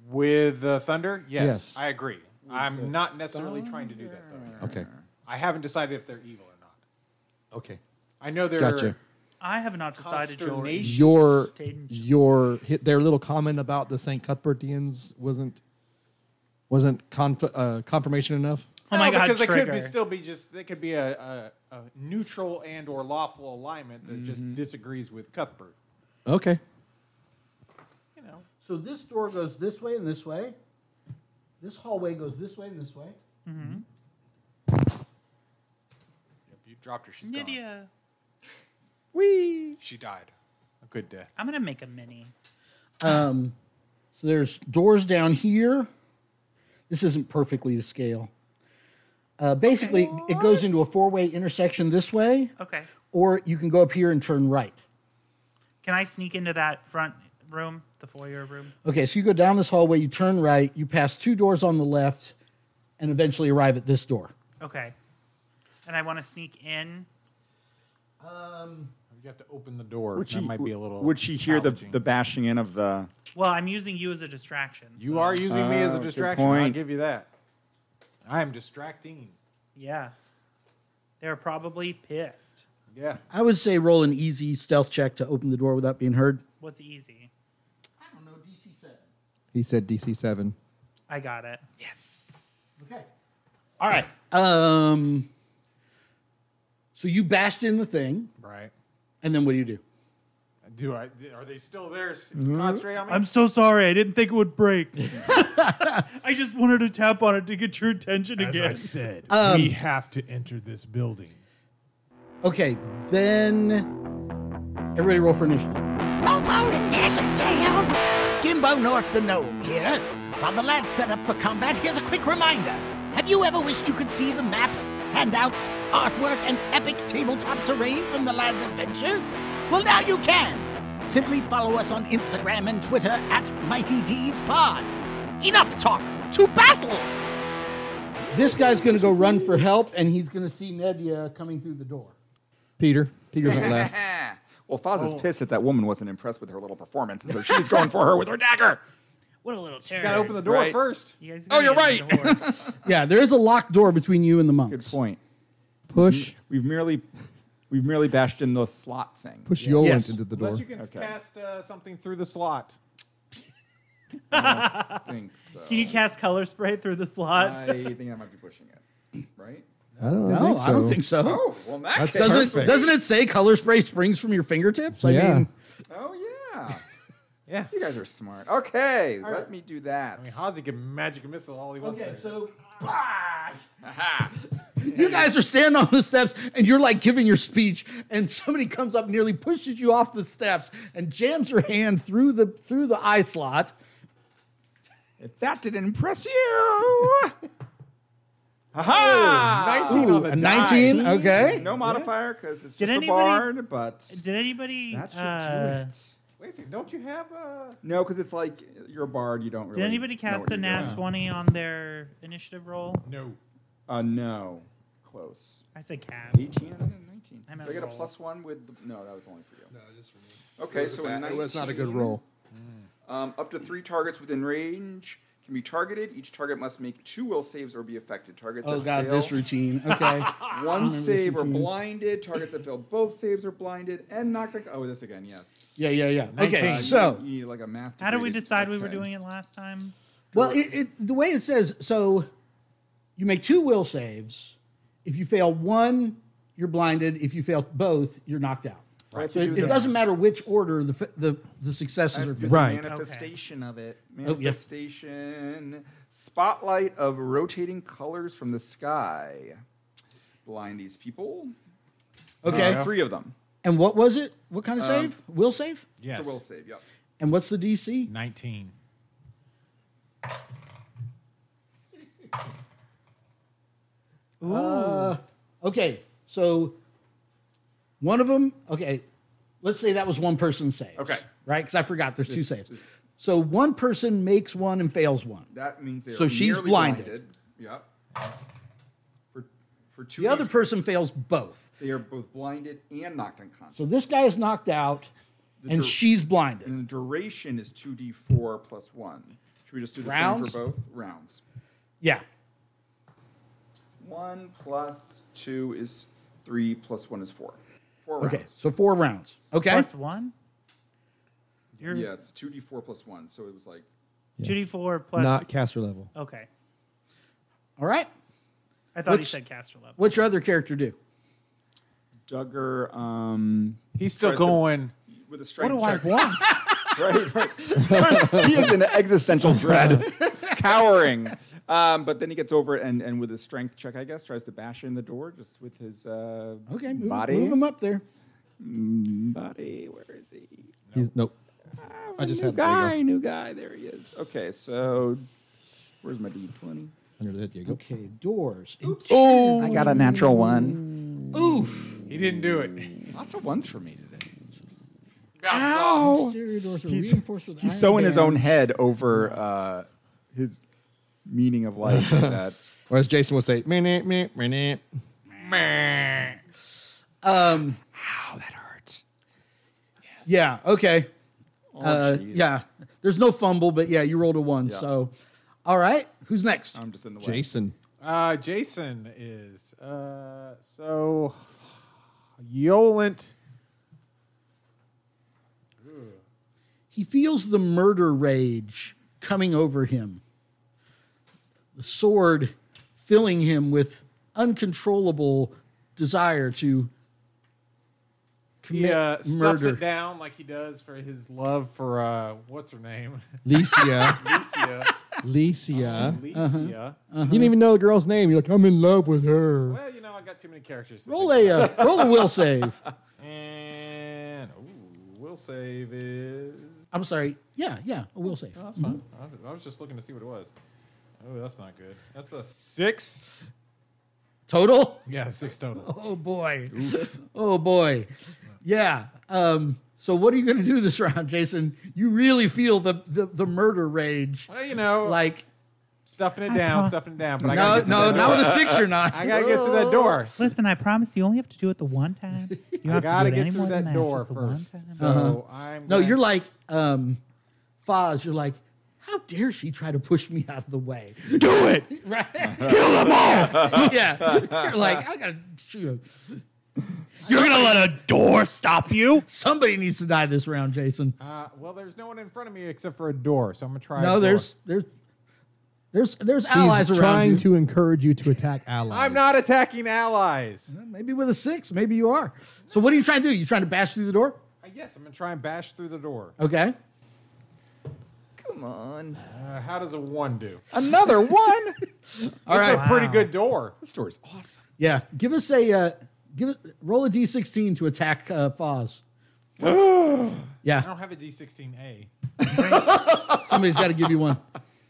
[SPEAKER 7] With the thunder, yes,
[SPEAKER 5] Yes.
[SPEAKER 7] I agree. I'm not necessarily trying to do that though.
[SPEAKER 5] Okay.
[SPEAKER 7] I haven't decided if they're evil or not.
[SPEAKER 5] Okay.
[SPEAKER 7] I know they're
[SPEAKER 5] Gotcha.
[SPEAKER 3] I have not decided, Jory.
[SPEAKER 7] Consternation.
[SPEAKER 5] Your
[SPEAKER 3] Stayed in-
[SPEAKER 5] your hit, their little comment about the St. Cuthbertians wasn't wasn't conf, uh, confirmation enough.
[SPEAKER 3] Oh my
[SPEAKER 7] No,
[SPEAKER 3] god,
[SPEAKER 7] because they
[SPEAKER 3] trigger.
[SPEAKER 7] could be still be just they could be a, a, a neutral and or lawful alignment that
[SPEAKER 8] Mm-hmm.
[SPEAKER 7] just disagrees with Cuthbert.
[SPEAKER 5] Okay.
[SPEAKER 2] So this door goes this way and this way. This hallway goes this way and this way.
[SPEAKER 7] If you dropped her, she's gone.
[SPEAKER 3] Nydia.
[SPEAKER 7] She died. A good death.
[SPEAKER 3] I'm gonna make a mini.
[SPEAKER 2] Um, so there's doors down here. This isn't perfectly to scale. Uh, basically, it goes into a four-way intersection this way,
[SPEAKER 3] Okay.
[SPEAKER 2] or you can go up here and turn right.
[SPEAKER 3] Can I sneak into that front room, the foyer room?
[SPEAKER 2] Okay, so you go down this hallway, you turn right, you pass two doors on the left, and eventually arrive at this door.
[SPEAKER 3] Okay. And I want to sneak in.
[SPEAKER 7] You have to open the door.
[SPEAKER 8] Would she,
[SPEAKER 7] that might be a little.
[SPEAKER 8] would she hear the,
[SPEAKER 7] challenging.
[SPEAKER 8] the bashing in of the.
[SPEAKER 3] Well, I'm using you as a distraction.
[SPEAKER 7] You
[SPEAKER 3] so-
[SPEAKER 7] are using me as
[SPEAKER 8] Oh,
[SPEAKER 7] a
[SPEAKER 8] good
[SPEAKER 7] distraction. I
[SPEAKER 8] point.
[SPEAKER 7] give you that. I am distracting.
[SPEAKER 3] Yeah. They're probably pissed.
[SPEAKER 7] Yeah.
[SPEAKER 2] I would say roll an easy stealth check to open the door without being heard.
[SPEAKER 3] What's easy?
[SPEAKER 2] I don't know, DC 7.
[SPEAKER 5] He said DC seven.
[SPEAKER 3] I got it.
[SPEAKER 2] Okay. All right. Um, so you bashed in the thing,
[SPEAKER 7] Right.
[SPEAKER 2] and then what do you do?
[SPEAKER 7] Do I? Are they still there? s-
[SPEAKER 8] Mm-hmm.
[SPEAKER 7] Concentrate on me.
[SPEAKER 3] I'm so sorry. I didn't think it would break. I just wanted to tap on it to get your attention
[SPEAKER 1] As
[SPEAKER 3] again.
[SPEAKER 1] I said, we have to enter this building.
[SPEAKER 2] Okay, then everybody roll for initiative.
[SPEAKER 9] Roll for initiative! Gimbo North the Gnome here. While the lads set up for combat, here's a quick reminder. Have you ever wished you could see the maps, handouts, artwork, and epic tabletop terrain from the lads' adventures? Well, now you can! Simply follow us on Instagram and Twitter at Mighty Deeds Pod. Enough talk! To battle!
[SPEAKER 2] This guy's going to go run for help, and he's going to see Nedia coming through the door.
[SPEAKER 5] Peter. Peter's not last.
[SPEAKER 8] Well, Foz is pissed that that woman wasn't impressed with her little performance, and so she's going for her with her dagger.
[SPEAKER 3] What a little
[SPEAKER 7] You
[SPEAKER 3] terror.
[SPEAKER 7] gotta open the door
[SPEAKER 8] Right.
[SPEAKER 7] first.
[SPEAKER 3] You guys are
[SPEAKER 8] Oh,
[SPEAKER 3] gonna
[SPEAKER 8] you're
[SPEAKER 3] get into the door.
[SPEAKER 2] Yeah, there is a locked door between you and the
[SPEAKER 8] Good
[SPEAKER 2] monks.
[SPEAKER 8] point.
[SPEAKER 5] Push
[SPEAKER 8] We've merely, we've merely bashed in the slot thing.
[SPEAKER 5] push Yolant
[SPEAKER 2] Yes.
[SPEAKER 5] into the door.
[SPEAKER 7] Unless you can
[SPEAKER 8] Okay.
[SPEAKER 7] cast uh, something through the slot.
[SPEAKER 8] I think so.
[SPEAKER 3] Can you cast color spray through the slot?
[SPEAKER 8] I think I might be pushing it. Right?
[SPEAKER 5] I don't,
[SPEAKER 2] No,
[SPEAKER 5] think so.
[SPEAKER 2] I don't think so.
[SPEAKER 8] Oh, well, in that
[SPEAKER 5] That's
[SPEAKER 8] case-
[SPEAKER 2] Doesn't
[SPEAKER 5] Perfect.
[SPEAKER 2] doesn't it say color spray springs from your fingertips? I
[SPEAKER 5] Yeah.
[SPEAKER 2] mean,
[SPEAKER 8] Oh yeah.
[SPEAKER 7] Yeah.
[SPEAKER 8] You guys are smart. Okay, let me do that.
[SPEAKER 7] I mean, Hazi can magic missile all he wants. there.
[SPEAKER 2] you guys are standing on the steps and you're like giving your speech, and somebody comes up, and nearly pushes you off the steps, and jams your hand through the through the eye slot.
[SPEAKER 8] If that didn't impress you.
[SPEAKER 7] Ah, 19 on
[SPEAKER 2] Ooh,
[SPEAKER 7] the
[SPEAKER 2] a
[SPEAKER 7] die.
[SPEAKER 2] 19? Okay.
[SPEAKER 8] No modifier because it's
[SPEAKER 3] Did
[SPEAKER 8] just a
[SPEAKER 3] anybody-
[SPEAKER 8] barn, but
[SPEAKER 3] Did anybody?
[SPEAKER 8] that should
[SPEAKER 3] uh,
[SPEAKER 8] do it.
[SPEAKER 7] Wait a second, don't you have a?
[SPEAKER 8] No, because it's like you're a bard, you don't really.
[SPEAKER 3] Did anybody
[SPEAKER 8] know what
[SPEAKER 3] cast a
[SPEAKER 8] you're
[SPEAKER 3] nat
[SPEAKER 8] doing.
[SPEAKER 3] twenty on their initiative roll?
[SPEAKER 7] No.
[SPEAKER 8] Uh, no. Close.
[SPEAKER 3] I said cast.
[SPEAKER 8] 18 and then 19.
[SPEAKER 3] I'm
[SPEAKER 8] Did
[SPEAKER 3] at
[SPEAKER 8] I get a
[SPEAKER 3] roll.
[SPEAKER 8] plus one with. The, no, that was only for you. No, just for me. Okay, so a
[SPEAKER 5] It was not a good
[SPEAKER 8] 19.
[SPEAKER 5] roll.
[SPEAKER 8] Um, up to three targets within range can be targeted. Each target must make two will saves or be affected. Targets
[SPEAKER 2] Oh
[SPEAKER 8] that
[SPEAKER 2] god,
[SPEAKER 8] fail
[SPEAKER 2] this routine. Okay.
[SPEAKER 8] one save or
[SPEAKER 2] routine.
[SPEAKER 8] blinded. Targets that fail both saves are blinded and knocked. uncon- Oh, this again, yes.
[SPEAKER 2] Yeah, yeah, yeah. Okay,
[SPEAKER 8] Uh,
[SPEAKER 2] so
[SPEAKER 8] you need like a math.
[SPEAKER 3] How did we
[SPEAKER 8] degree to-
[SPEAKER 3] decide we were
[SPEAKER 8] okay.
[SPEAKER 3] doing it last time?
[SPEAKER 2] Well, it, it, the way it says, so you make two will saves. If you fail one, you're blinded. If you fail both, you're knocked out.
[SPEAKER 8] Right.
[SPEAKER 2] So it, it doesn't matter which order the f- the, the successes are.
[SPEAKER 8] That's the
[SPEAKER 2] failed.
[SPEAKER 5] Right.
[SPEAKER 8] manifestation of it.
[SPEAKER 2] Oh, yeah.
[SPEAKER 8] Manifestation. Spotlight of rotating colors from the sky. Blind these people.
[SPEAKER 2] Okay.
[SPEAKER 8] Uh, three of them.
[SPEAKER 2] And what was it? What
[SPEAKER 8] Um,
[SPEAKER 2] kind of save? Will save?
[SPEAKER 4] Yes.
[SPEAKER 8] It's a will save, yep.
[SPEAKER 2] And what's the DC?
[SPEAKER 4] 19.
[SPEAKER 2] Okay, so one of them. Okay, let's say that was one person's save.
[SPEAKER 8] Okay.
[SPEAKER 2] Right, because I forgot there's two saves. So one person makes one and fails one.
[SPEAKER 8] That means they
[SPEAKER 2] So
[SPEAKER 8] are
[SPEAKER 2] she's
[SPEAKER 8] nearly
[SPEAKER 2] blinded.
[SPEAKER 8] Yep. For, for two
[SPEAKER 2] The other
[SPEAKER 8] each-
[SPEAKER 2] person fails both.
[SPEAKER 8] They are both blinded and knocked unconscious.
[SPEAKER 2] So this guy is knocked out, and
[SPEAKER 8] dur-
[SPEAKER 2] she's blinded.
[SPEAKER 8] and the duration is 2d4 plus 1. Should we just do the
[SPEAKER 2] Rounds?
[SPEAKER 8] same for both? Rounds.
[SPEAKER 2] Yeah.
[SPEAKER 8] 1 plus 2 is 3 plus 1 is 4. 4
[SPEAKER 2] Okay.
[SPEAKER 8] rounds.
[SPEAKER 2] So four rounds. Okay.
[SPEAKER 3] Plus one. You're
[SPEAKER 8] Yeah, it's 2d4 plus 1, so it was like
[SPEAKER 3] two d four plus.
[SPEAKER 5] Not caster level.
[SPEAKER 3] okay,
[SPEAKER 2] All right.
[SPEAKER 3] I thought he
[SPEAKER 2] Which-
[SPEAKER 3] said caster level.
[SPEAKER 2] What's your other character do?
[SPEAKER 8] Duggar um,
[SPEAKER 4] He's still
[SPEAKER 8] Tries to-
[SPEAKER 4] going.
[SPEAKER 8] with a strike.
[SPEAKER 4] want?
[SPEAKER 8] right, right. he is in existential dread, cowering. Um, but then he gets over it and, and with a strength check, I guess, tries to bash in the door just with his uh,
[SPEAKER 2] Okay. Move,
[SPEAKER 8] body.
[SPEAKER 2] move him up there.
[SPEAKER 8] Body, where is he?
[SPEAKER 5] He's nope. I just
[SPEAKER 8] new
[SPEAKER 5] had there
[SPEAKER 8] guy,
[SPEAKER 5] you
[SPEAKER 8] new guy. There he is. Okay, so where's my D twenty?
[SPEAKER 5] go. Under that, there you go.
[SPEAKER 2] Okay. Doors.
[SPEAKER 8] Oh, I got a natural one.
[SPEAKER 2] Oof.
[SPEAKER 4] He didn't do it.
[SPEAKER 8] Lots of ones for me today.
[SPEAKER 2] Ow. Doors are reinforced with
[SPEAKER 8] He's
[SPEAKER 2] iron
[SPEAKER 8] so in his
[SPEAKER 2] bands.
[SPEAKER 8] own head over uh, his meaning of life that
[SPEAKER 5] Or as Jason would say, meh, meh, meh, meh.
[SPEAKER 2] Yeah. Okay. uh,
[SPEAKER 8] Oh, jeez.
[SPEAKER 2] yeah. There's no fumble, but yeah, you rolled a one. So, all right. Who's next?
[SPEAKER 8] I'm just in the way.
[SPEAKER 5] Jason.
[SPEAKER 7] Uh, Jason is uh, so Yolent.
[SPEAKER 2] he feels the murder rage coming over him. The sword filling him with uncontrollable desire to
[SPEAKER 7] He
[SPEAKER 2] commit
[SPEAKER 7] uh, stuffs
[SPEAKER 2] murder.
[SPEAKER 7] it down like he does for his love for uh, what's her name,
[SPEAKER 5] Licia.
[SPEAKER 7] Alicia.
[SPEAKER 5] Licia.
[SPEAKER 7] Alicia.
[SPEAKER 2] Uh-huh.
[SPEAKER 5] You didn't even know the girl's name. You're like, I'm in love with her.
[SPEAKER 7] Well, you know, I got too many characters. to
[SPEAKER 2] Roll
[SPEAKER 7] think
[SPEAKER 2] a uh, roll a will save.
[SPEAKER 7] about. And ooh, will save is.
[SPEAKER 2] I'm sorry. Yeah, yeah, a will save.
[SPEAKER 7] Oh, that's fine. I was- I was just looking to see what it was. Oh, that's not good. That's a six.
[SPEAKER 2] Total.
[SPEAKER 7] Yeah, six total.
[SPEAKER 2] Oh boy. Oh boy. Yeah. Um, so what are you going to do this round, Jason? You really feel the the, the murder rage,
[SPEAKER 7] Well, Uh, you know, like
[SPEAKER 2] like
[SPEAKER 7] stuffing it down,
[SPEAKER 3] pro-
[SPEAKER 7] stuffing it down. But I
[SPEAKER 2] no,
[SPEAKER 7] gotta get to
[SPEAKER 2] no,
[SPEAKER 7] that
[SPEAKER 2] not
[SPEAKER 7] door.
[SPEAKER 2] with a six. You're not.
[SPEAKER 7] I gotta get through that door.
[SPEAKER 3] Listen, I promise you only have to do it the one time. You don't have
[SPEAKER 7] gotta
[SPEAKER 3] to do it
[SPEAKER 7] get
[SPEAKER 3] any
[SPEAKER 7] through
[SPEAKER 3] more
[SPEAKER 7] that
[SPEAKER 3] than
[SPEAKER 7] door
[SPEAKER 3] just the
[SPEAKER 7] first.
[SPEAKER 3] one time.
[SPEAKER 7] So I'm.
[SPEAKER 2] Uh-huh. No,
[SPEAKER 7] gonna-
[SPEAKER 2] you're like um Foz, you're like, how dare she try to push me out of the way? Do it! right? Kill them all! yeah. You're like, I gotta shoot.
[SPEAKER 1] You're gonna let a door stop you?
[SPEAKER 2] Somebody needs to die this round, Jason.
[SPEAKER 7] Uh, well, there's no one in front of me except for a door, so I'm gonna try. a
[SPEAKER 2] no,
[SPEAKER 7] door.
[SPEAKER 2] there's there's there's there's allies
[SPEAKER 5] He's
[SPEAKER 2] around
[SPEAKER 5] trying
[SPEAKER 2] you.
[SPEAKER 5] to encourage you to attack allies.
[SPEAKER 7] I'm not attacking allies.
[SPEAKER 3] Mm-hmm.
[SPEAKER 2] Maybe with a six, maybe you are. So what are you trying to do? You trying to bash through the door?
[SPEAKER 7] Uh, yes, I'm gonna try and bash through the door.
[SPEAKER 2] Okay.
[SPEAKER 6] Come on.
[SPEAKER 7] Uh, how does a one do?
[SPEAKER 6] Another one.
[SPEAKER 2] All right.
[SPEAKER 7] A pretty good door.
[SPEAKER 6] this story's awesome.
[SPEAKER 2] Yeah. Give us a uh give us roll a D sixteen to attack uh Foz.
[SPEAKER 7] I
[SPEAKER 2] yeah.
[SPEAKER 7] don't have a D16A.
[SPEAKER 2] Somebody's gotta give you one.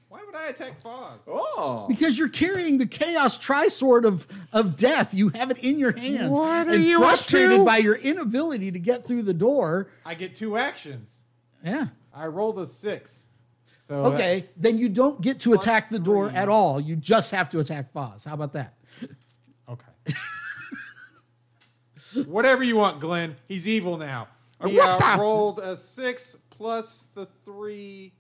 [SPEAKER 7] Why would would I attack Foz?
[SPEAKER 8] Oh.
[SPEAKER 2] Because you're carrying the chaos trisword of of death. You have it in your hands.
[SPEAKER 6] What are
[SPEAKER 2] and
[SPEAKER 6] you up
[SPEAKER 2] frustrated
[SPEAKER 6] to?
[SPEAKER 2] by your inability to get through the door.
[SPEAKER 7] I get two actions.
[SPEAKER 2] Yeah.
[SPEAKER 7] I rolled a six. So that-
[SPEAKER 2] Okay. Then you don't get to attack the door at all. You just have to attack Foz. How about that?
[SPEAKER 7] okay. Whatever you want, Glenn. He's evil now. He
[SPEAKER 6] What
[SPEAKER 7] uh,
[SPEAKER 6] the-
[SPEAKER 7] rolled a six plus the three.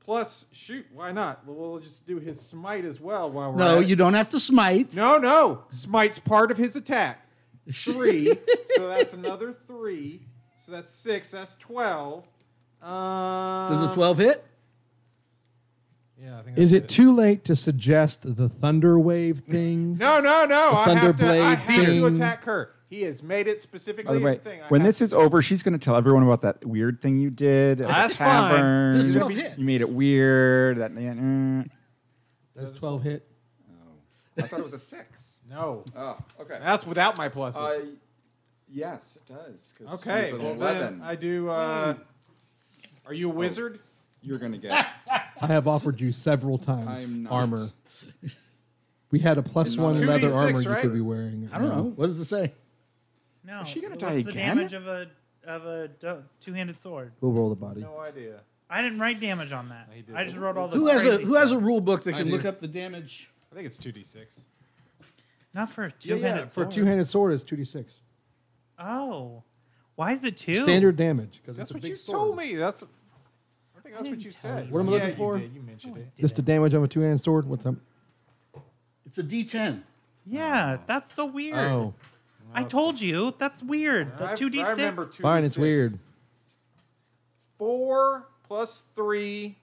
[SPEAKER 7] Plus, shoot, why not? We'll we'll just do his smite as well while we're
[SPEAKER 2] No,
[SPEAKER 7] at it.
[SPEAKER 2] you don't have to smite.
[SPEAKER 7] No, no. Smite's part of his attack. Three. so that's another three. So that's six. That's twelve. Um,
[SPEAKER 2] Does a 12 hit?
[SPEAKER 7] Yeah, I think
[SPEAKER 5] Is
[SPEAKER 7] that's
[SPEAKER 5] it too late to suggest the thunder wave thing?
[SPEAKER 7] No, no, no. I have to. I
[SPEAKER 5] Thunderblade
[SPEAKER 7] have
[SPEAKER 5] thing.
[SPEAKER 7] to attack her. He has made it specifically.
[SPEAKER 8] By the way,
[SPEAKER 7] a thing. I
[SPEAKER 8] when
[SPEAKER 7] have
[SPEAKER 8] this
[SPEAKER 7] to-
[SPEAKER 8] is over, she's going to tell everyone about that weird thing you did. At
[SPEAKER 7] That's
[SPEAKER 8] the
[SPEAKER 7] fine.
[SPEAKER 8] tavern.
[SPEAKER 2] This is what hit.
[SPEAKER 8] You made it weird. That. yeah, mm.
[SPEAKER 5] That's 12 hit.
[SPEAKER 8] Oh. I thought it was a six.
[SPEAKER 7] no,
[SPEAKER 8] Oh, okay. Uh,
[SPEAKER 7] that's without my pluses.
[SPEAKER 8] yes, it does. 'cause
[SPEAKER 7] okay,
[SPEAKER 8] she's an
[SPEAKER 7] well then I do. Uh, Are you a wizard?
[SPEAKER 8] You're going to get.
[SPEAKER 5] I have offered you several times
[SPEAKER 8] I'm not.
[SPEAKER 5] armor. We had a plus
[SPEAKER 8] It's
[SPEAKER 5] one
[SPEAKER 7] 2d6,
[SPEAKER 5] leather armor you
[SPEAKER 7] right?
[SPEAKER 5] could be wearing.
[SPEAKER 2] I don't know. What does it say?
[SPEAKER 3] No.
[SPEAKER 8] she gonna
[SPEAKER 3] what's
[SPEAKER 8] die
[SPEAKER 3] the
[SPEAKER 8] again?
[SPEAKER 3] damage of a of a do- two-handed sword?
[SPEAKER 5] We'll roll the body.
[SPEAKER 7] No idea.
[SPEAKER 3] I didn't write damage on that.
[SPEAKER 7] did.
[SPEAKER 3] I just wrote all the
[SPEAKER 2] Who has a
[SPEAKER 3] crazy
[SPEAKER 2] who
[SPEAKER 3] stuff.
[SPEAKER 2] has a rule book that can
[SPEAKER 5] do.
[SPEAKER 2] look up the damage?
[SPEAKER 7] I think it's two d six.
[SPEAKER 3] Not for a
[SPEAKER 5] Yeah,
[SPEAKER 3] two-handed
[SPEAKER 5] yeah, for
[SPEAKER 3] sword.
[SPEAKER 5] two handed sword is 2d6.
[SPEAKER 3] Oh. Why is it two?
[SPEAKER 5] Standard damage. because
[SPEAKER 7] That's
[SPEAKER 5] it's a
[SPEAKER 7] what
[SPEAKER 5] big
[SPEAKER 7] you
[SPEAKER 5] sword.
[SPEAKER 7] told me. That's. I think that's what you said.
[SPEAKER 5] What am I
[SPEAKER 7] yeah,
[SPEAKER 5] looking
[SPEAKER 7] you
[SPEAKER 5] for?
[SPEAKER 7] did. You mentioned it.
[SPEAKER 5] Just the damage on a two handed sword? What's up?
[SPEAKER 2] It's a D10.
[SPEAKER 3] Yeah, that's so weird.
[SPEAKER 5] Oh,
[SPEAKER 3] I told you. That's weird. The
[SPEAKER 7] I-
[SPEAKER 3] 2d6.
[SPEAKER 7] I remember 2d6.
[SPEAKER 5] fine. It's weird.
[SPEAKER 7] four plus three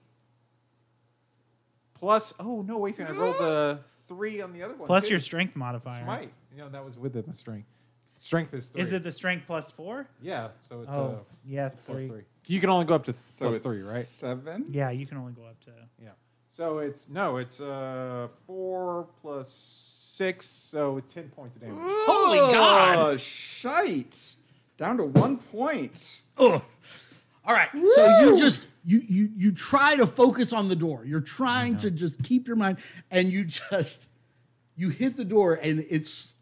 [SPEAKER 7] plus oh no wait a second I rolled the three on the other one
[SPEAKER 3] plus
[SPEAKER 7] too.
[SPEAKER 3] your strength modifier.
[SPEAKER 7] smite you know that was with the strength strength is three
[SPEAKER 3] Is it the strength plus four?
[SPEAKER 7] yeah so it's uh,
[SPEAKER 3] Oh, yeah,
[SPEAKER 7] plus
[SPEAKER 3] three.
[SPEAKER 7] you can only go up to th-
[SPEAKER 8] So
[SPEAKER 7] plus
[SPEAKER 8] it's
[SPEAKER 7] three right
[SPEAKER 8] Seven?
[SPEAKER 3] Yeah, you can only go up to.
[SPEAKER 7] yeah so it's no it's uh four plus six so ten points of damage
[SPEAKER 8] Holy God! Shite! Down to one point.
[SPEAKER 2] Oh. All right. So you just you you you try to focus on the door. You're trying to just keep your mind and you just you hit the door and it's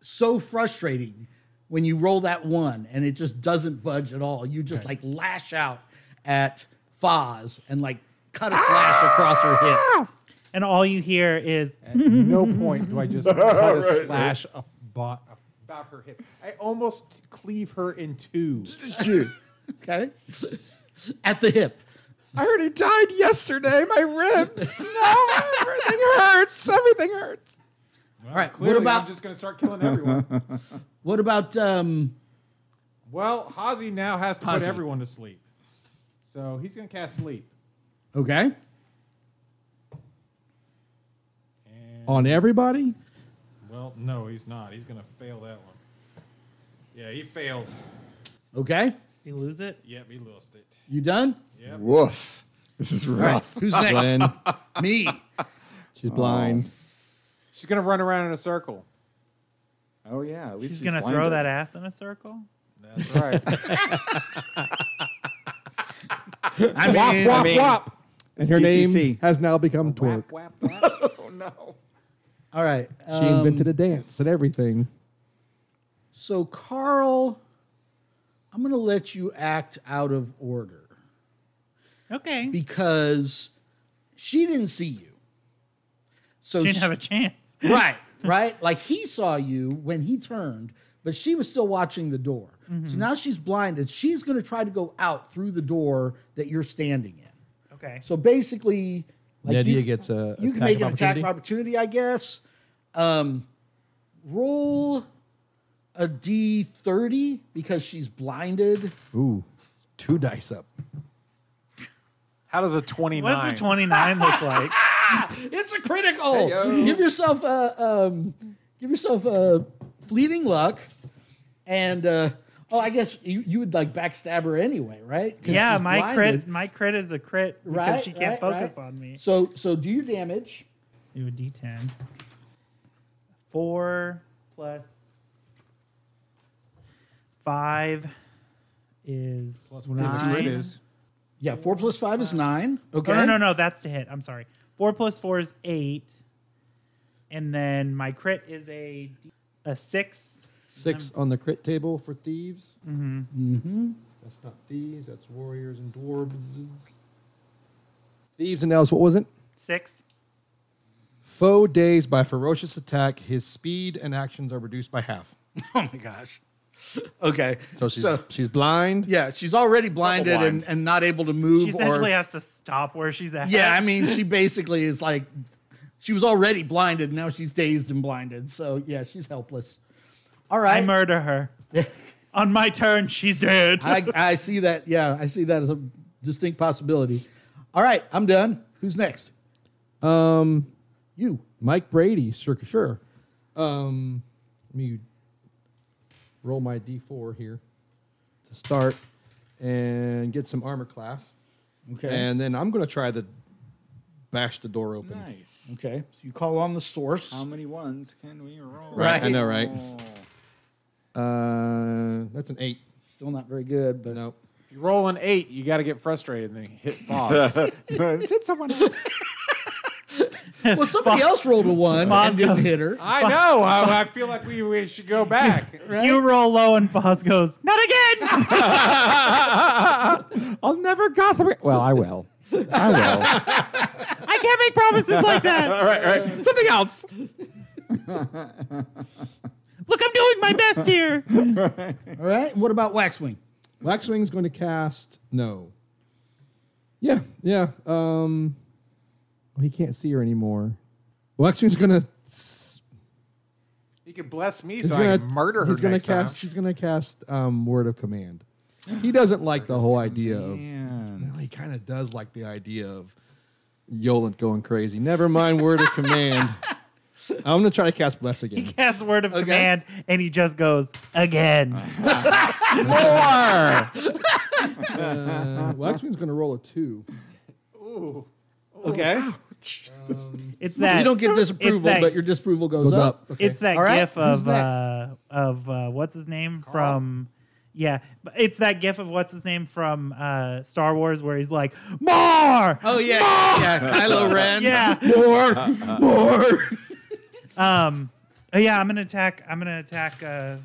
[SPEAKER 2] so frustrating when you roll that one and it just doesn't budge at all. You just like lash out at Foz and like cut a slash
[SPEAKER 6] Ah!
[SPEAKER 2] across her hip.
[SPEAKER 3] And all you hear is
[SPEAKER 7] At no point do I just cut a slash about, about her hip. I almost cleave her in two.
[SPEAKER 2] Okay? at the hip.
[SPEAKER 6] I already died yesterday. My ribs. no, everything hurts. Everything hurts.
[SPEAKER 7] All
[SPEAKER 2] right, what
[SPEAKER 7] Clearly,
[SPEAKER 2] about-
[SPEAKER 7] I'm just going to start killing everyone.
[SPEAKER 2] What about um
[SPEAKER 7] well, Hazi now has to
[SPEAKER 2] Hazi.
[SPEAKER 7] put everyone to sleep. So he's going to cast sleep.
[SPEAKER 2] okay?
[SPEAKER 5] On everybody?
[SPEAKER 7] Well, no, he's not. He's going to fail that one. Yeah, he failed.
[SPEAKER 2] Okay?
[SPEAKER 3] you lose it.
[SPEAKER 7] Yep, he lost it.
[SPEAKER 2] You done?
[SPEAKER 8] Woof. This is rough.
[SPEAKER 2] Who's next?
[SPEAKER 5] Glenn.
[SPEAKER 2] Me. Oh.
[SPEAKER 5] She's blind.
[SPEAKER 7] She's going to run around in a circle.
[SPEAKER 8] Oh yeah, at least
[SPEAKER 3] She's gonna throw that ass in a circle.
[SPEAKER 7] That's right.
[SPEAKER 2] I mean,
[SPEAKER 5] Wop, wop. And her name
[SPEAKER 8] DCC.
[SPEAKER 5] has now become Twerk.
[SPEAKER 7] whap, whap, whap.
[SPEAKER 2] all right. uh,
[SPEAKER 5] She invented a dance and everything.
[SPEAKER 2] So, Carl, I'm going to let you act out of order
[SPEAKER 3] Okay, she
[SPEAKER 2] because she didn't see you. So
[SPEAKER 3] didn't have a
[SPEAKER 2] she-
[SPEAKER 3] chance.
[SPEAKER 2] right, right. Like he saw you when he turned, but she was still watching the door.
[SPEAKER 3] Mm-hmm.
[SPEAKER 2] So now she's blinded. She's going to try to go out through the door that you're standing in.
[SPEAKER 3] Okay,
[SPEAKER 2] So basically, like you-
[SPEAKER 5] a.
[SPEAKER 2] you can make an attack of opportunity, I guess. Um, roll a d thirty because she's blinded.
[SPEAKER 5] Ooh, two dice up.
[SPEAKER 7] How does a 29?
[SPEAKER 3] what does a twenty-nine look like?
[SPEAKER 2] It's a critical. give yourself a um, give yourself a fleeting luck, and uh, oh, I guess you, you would like backstab her anyway, right? 'Cause
[SPEAKER 3] Yeah,
[SPEAKER 2] she's
[SPEAKER 3] my
[SPEAKER 2] blinded,
[SPEAKER 3] crit, my crit is a crit because
[SPEAKER 2] right?
[SPEAKER 3] she can't
[SPEAKER 2] right,
[SPEAKER 3] focus
[SPEAKER 2] right.
[SPEAKER 3] on me.
[SPEAKER 2] So so do your damage.
[SPEAKER 3] Do a d10. Four plus five is
[SPEAKER 7] Plus whatever the
[SPEAKER 3] nine.
[SPEAKER 7] grid is.
[SPEAKER 2] Yeah, four plus five is nine. Okay.
[SPEAKER 3] Oh, no, no, no. That's to hit. I'm sorry. Four plus four is eight. And then my crit is a, d- a six.
[SPEAKER 5] Six on the crit table for thieves. Mm-hmm. Mm-hmm. That's not thieves. That's warriors and dwarves. Thieves and elves. What was it?
[SPEAKER 3] Six.
[SPEAKER 5] Foe days by ferocious attack. His speed and actions are reduced by half.
[SPEAKER 2] Oh my gosh. Okay.
[SPEAKER 5] So she's she's blind.
[SPEAKER 2] yeah, she's already blinded
[SPEAKER 7] blind.
[SPEAKER 2] and, and not able to move.
[SPEAKER 3] She essentially
[SPEAKER 2] or,
[SPEAKER 3] has to stop where she's at.
[SPEAKER 2] yeah, I mean, she basically is like, she was already blinded. Now she's dazed and blinded. So yeah, she's helpless. All
[SPEAKER 3] I
[SPEAKER 2] right.
[SPEAKER 3] murder her. On my turn, she's dead.
[SPEAKER 2] I, I see that. Yeah, I see that as a distinct possibility. All right, I'm done. Who's next?
[SPEAKER 5] Um,
[SPEAKER 2] You.
[SPEAKER 5] Mike Brady, sure, sure. Um, let me roll my d4 here to start and get some armor class,
[SPEAKER 2] Okay.
[SPEAKER 5] and then I'm gonna try to bash the door open.
[SPEAKER 8] Nice.
[SPEAKER 2] okay. So you call on the source.
[SPEAKER 8] How many ones can we roll?
[SPEAKER 5] Right, I know, right?
[SPEAKER 8] Oh.
[SPEAKER 5] Uh, that's an eight.
[SPEAKER 2] Still not very good, but
[SPEAKER 5] Nope.
[SPEAKER 7] If you roll an eight, you got to get frustrated and then hit pause.
[SPEAKER 6] Hit someone else.
[SPEAKER 2] well, somebody else rolled a one and didn't hit her.
[SPEAKER 7] I know. I, I feel like we, we should go back.
[SPEAKER 3] You roll low, and Foz goes, Not again!
[SPEAKER 6] I'll never gossip. ag- Well, I will. I will.
[SPEAKER 3] I can't make promises like that.
[SPEAKER 6] right, right. Something else.
[SPEAKER 3] Look, I'm doing my best here.
[SPEAKER 2] All right. What about Waxwing?
[SPEAKER 5] Waxwing's going to cast no. Yeah, yeah. Um, well, he can't see her anymore. Waxwing's going to
[SPEAKER 7] You could bless me
[SPEAKER 5] he's
[SPEAKER 7] so
[SPEAKER 5] gonna
[SPEAKER 7] I can murder her
[SPEAKER 5] He's gonna
[SPEAKER 7] next
[SPEAKER 5] cast.
[SPEAKER 7] time.
[SPEAKER 5] He's gonna cast um, word of command. He doesn't like the whole idea of. Well, he kind of does like the idea of Yolent going crazy. Never mind word of command. I'm gonna try to cast bless
[SPEAKER 3] He
[SPEAKER 5] again.
[SPEAKER 3] casts word of command, and he just goes, Again.
[SPEAKER 5] Uh, Waxwing's gonna roll a two.
[SPEAKER 2] Okay.
[SPEAKER 3] It's that.
[SPEAKER 2] you don't get
[SPEAKER 3] it's
[SPEAKER 2] disapproval,
[SPEAKER 3] that-
[SPEAKER 2] but your disapproval goes,
[SPEAKER 5] Goes
[SPEAKER 2] up.
[SPEAKER 5] up. Okay.
[SPEAKER 3] It's that
[SPEAKER 2] All right,
[SPEAKER 3] gif
[SPEAKER 2] who's
[SPEAKER 3] of
[SPEAKER 2] next?
[SPEAKER 3] uh, of uh, what's his name from yeah, but it's that gif of what's his name from uh, Star Wars where he's like more
[SPEAKER 2] Oh yeah, yeah. Kylo Ren.
[SPEAKER 3] yeah
[SPEAKER 2] More, more.
[SPEAKER 3] um oh, yeah I'm gonna attack I'm gonna attack uh,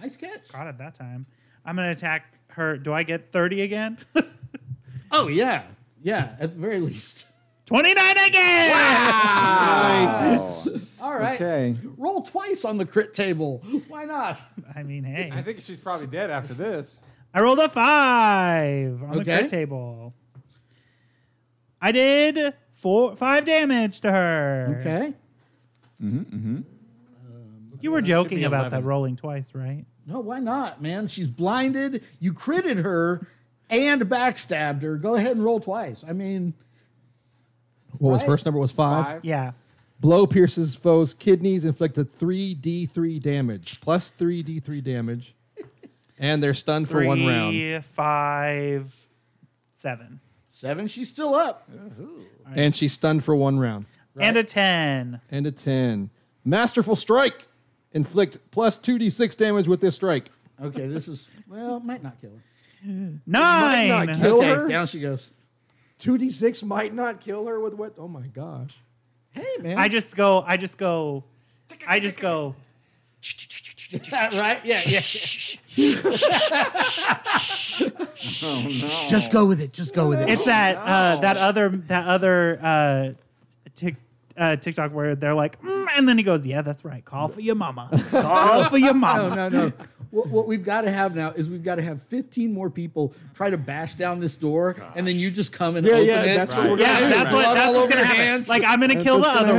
[SPEAKER 2] Nice catch.
[SPEAKER 3] got it that time I'm gonna attack her do I get thirty again
[SPEAKER 2] Oh yeah, yeah. At the very least.
[SPEAKER 3] twenty nine again
[SPEAKER 6] Oh,
[SPEAKER 2] All right.
[SPEAKER 8] Okay.
[SPEAKER 2] Roll twice on the crit table. Why not?
[SPEAKER 3] I mean hey
[SPEAKER 7] I think she's probably dead after this.
[SPEAKER 3] I rolled a five on the
[SPEAKER 2] Okay.
[SPEAKER 3] crit table I did four five damage to her
[SPEAKER 2] Okay.
[SPEAKER 3] You were joking
[SPEAKER 7] be
[SPEAKER 3] about that
[SPEAKER 7] 11.
[SPEAKER 3] rolling twice, right?
[SPEAKER 2] No, why not, man? She's blinded. You critted her and backstabbed her. Go ahead and roll twice. I mean,
[SPEAKER 5] What was
[SPEAKER 2] Right.
[SPEAKER 5] first number was five.
[SPEAKER 3] Yeah.
[SPEAKER 5] Blow pierces foe's kidneys, inflicted three d three damage plus three d three damage, and they're stunned for one round.
[SPEAKER 3] Three, five, seven.
[SPEAKER 2] seven. She's still up.
[SPEAKER 5] And she's stunned for one round.
[SPEAKER 3] And a 10.
[SPEAKER 5] and a 10. Masterful Strike. Inflict plus 2d6 damage with this strike.
[SPEAKER 2] Okay, this is well, might not kill her.
[SPEAKER 3] Nine.
[SPEAKER 5] not kill
[SPEAKER 2] okay,
[SPEAKER 5] her?
[SPEAKER 2] down she goes.
[SPEAKER 5] 2d6 might not kill her with what? Oh my gosh.
[SPEAKER 2] Hey, man.
[SPEAKER 3] I just go, I just go, I just go,
[SPEAKER 2] Uh, right? Yeah, yeah.
[SPEAKER 5] Oh,
[SPEAKER 2] Just go with it. Just go with it.
[SPEAKER 3] it's that, uh, that other, that other, uh, tick, uh, TikTok where they're like, mm, and then he goes, yeah, that's right. Call for your mama. Call for your mama.
[SPEAKER 2] No, no. What, what we've got to have now is we've got to have 15 more people try to bash down this door, and then you just come and
[SPEAKER 5] Yeah,
[SPEAKER 2] open
[SPEAKER 5] yeah,
[SPEAKER 2] it.
[SPEAKER 5] that's what we're
[SPEAKER 3] Yeah,
[SPEAKER 2] Right.
[SPEAKER 3] that's
[SPEAKER 2] Blood
[SPEAKER 3] what
[SPEAKER 2] all
[SPEAKER 3] that's what's
[SPEAKER 2] over
[SPEAKER 3] gonna
[SPEAKER 2] your
[SPEAKER 3] happen.
[SPEAKER 2] hands.
[SPEAKER 3] Like I'm gonna kill the
[SPEAKER 5] what's gonna
[SPEAKER 3] other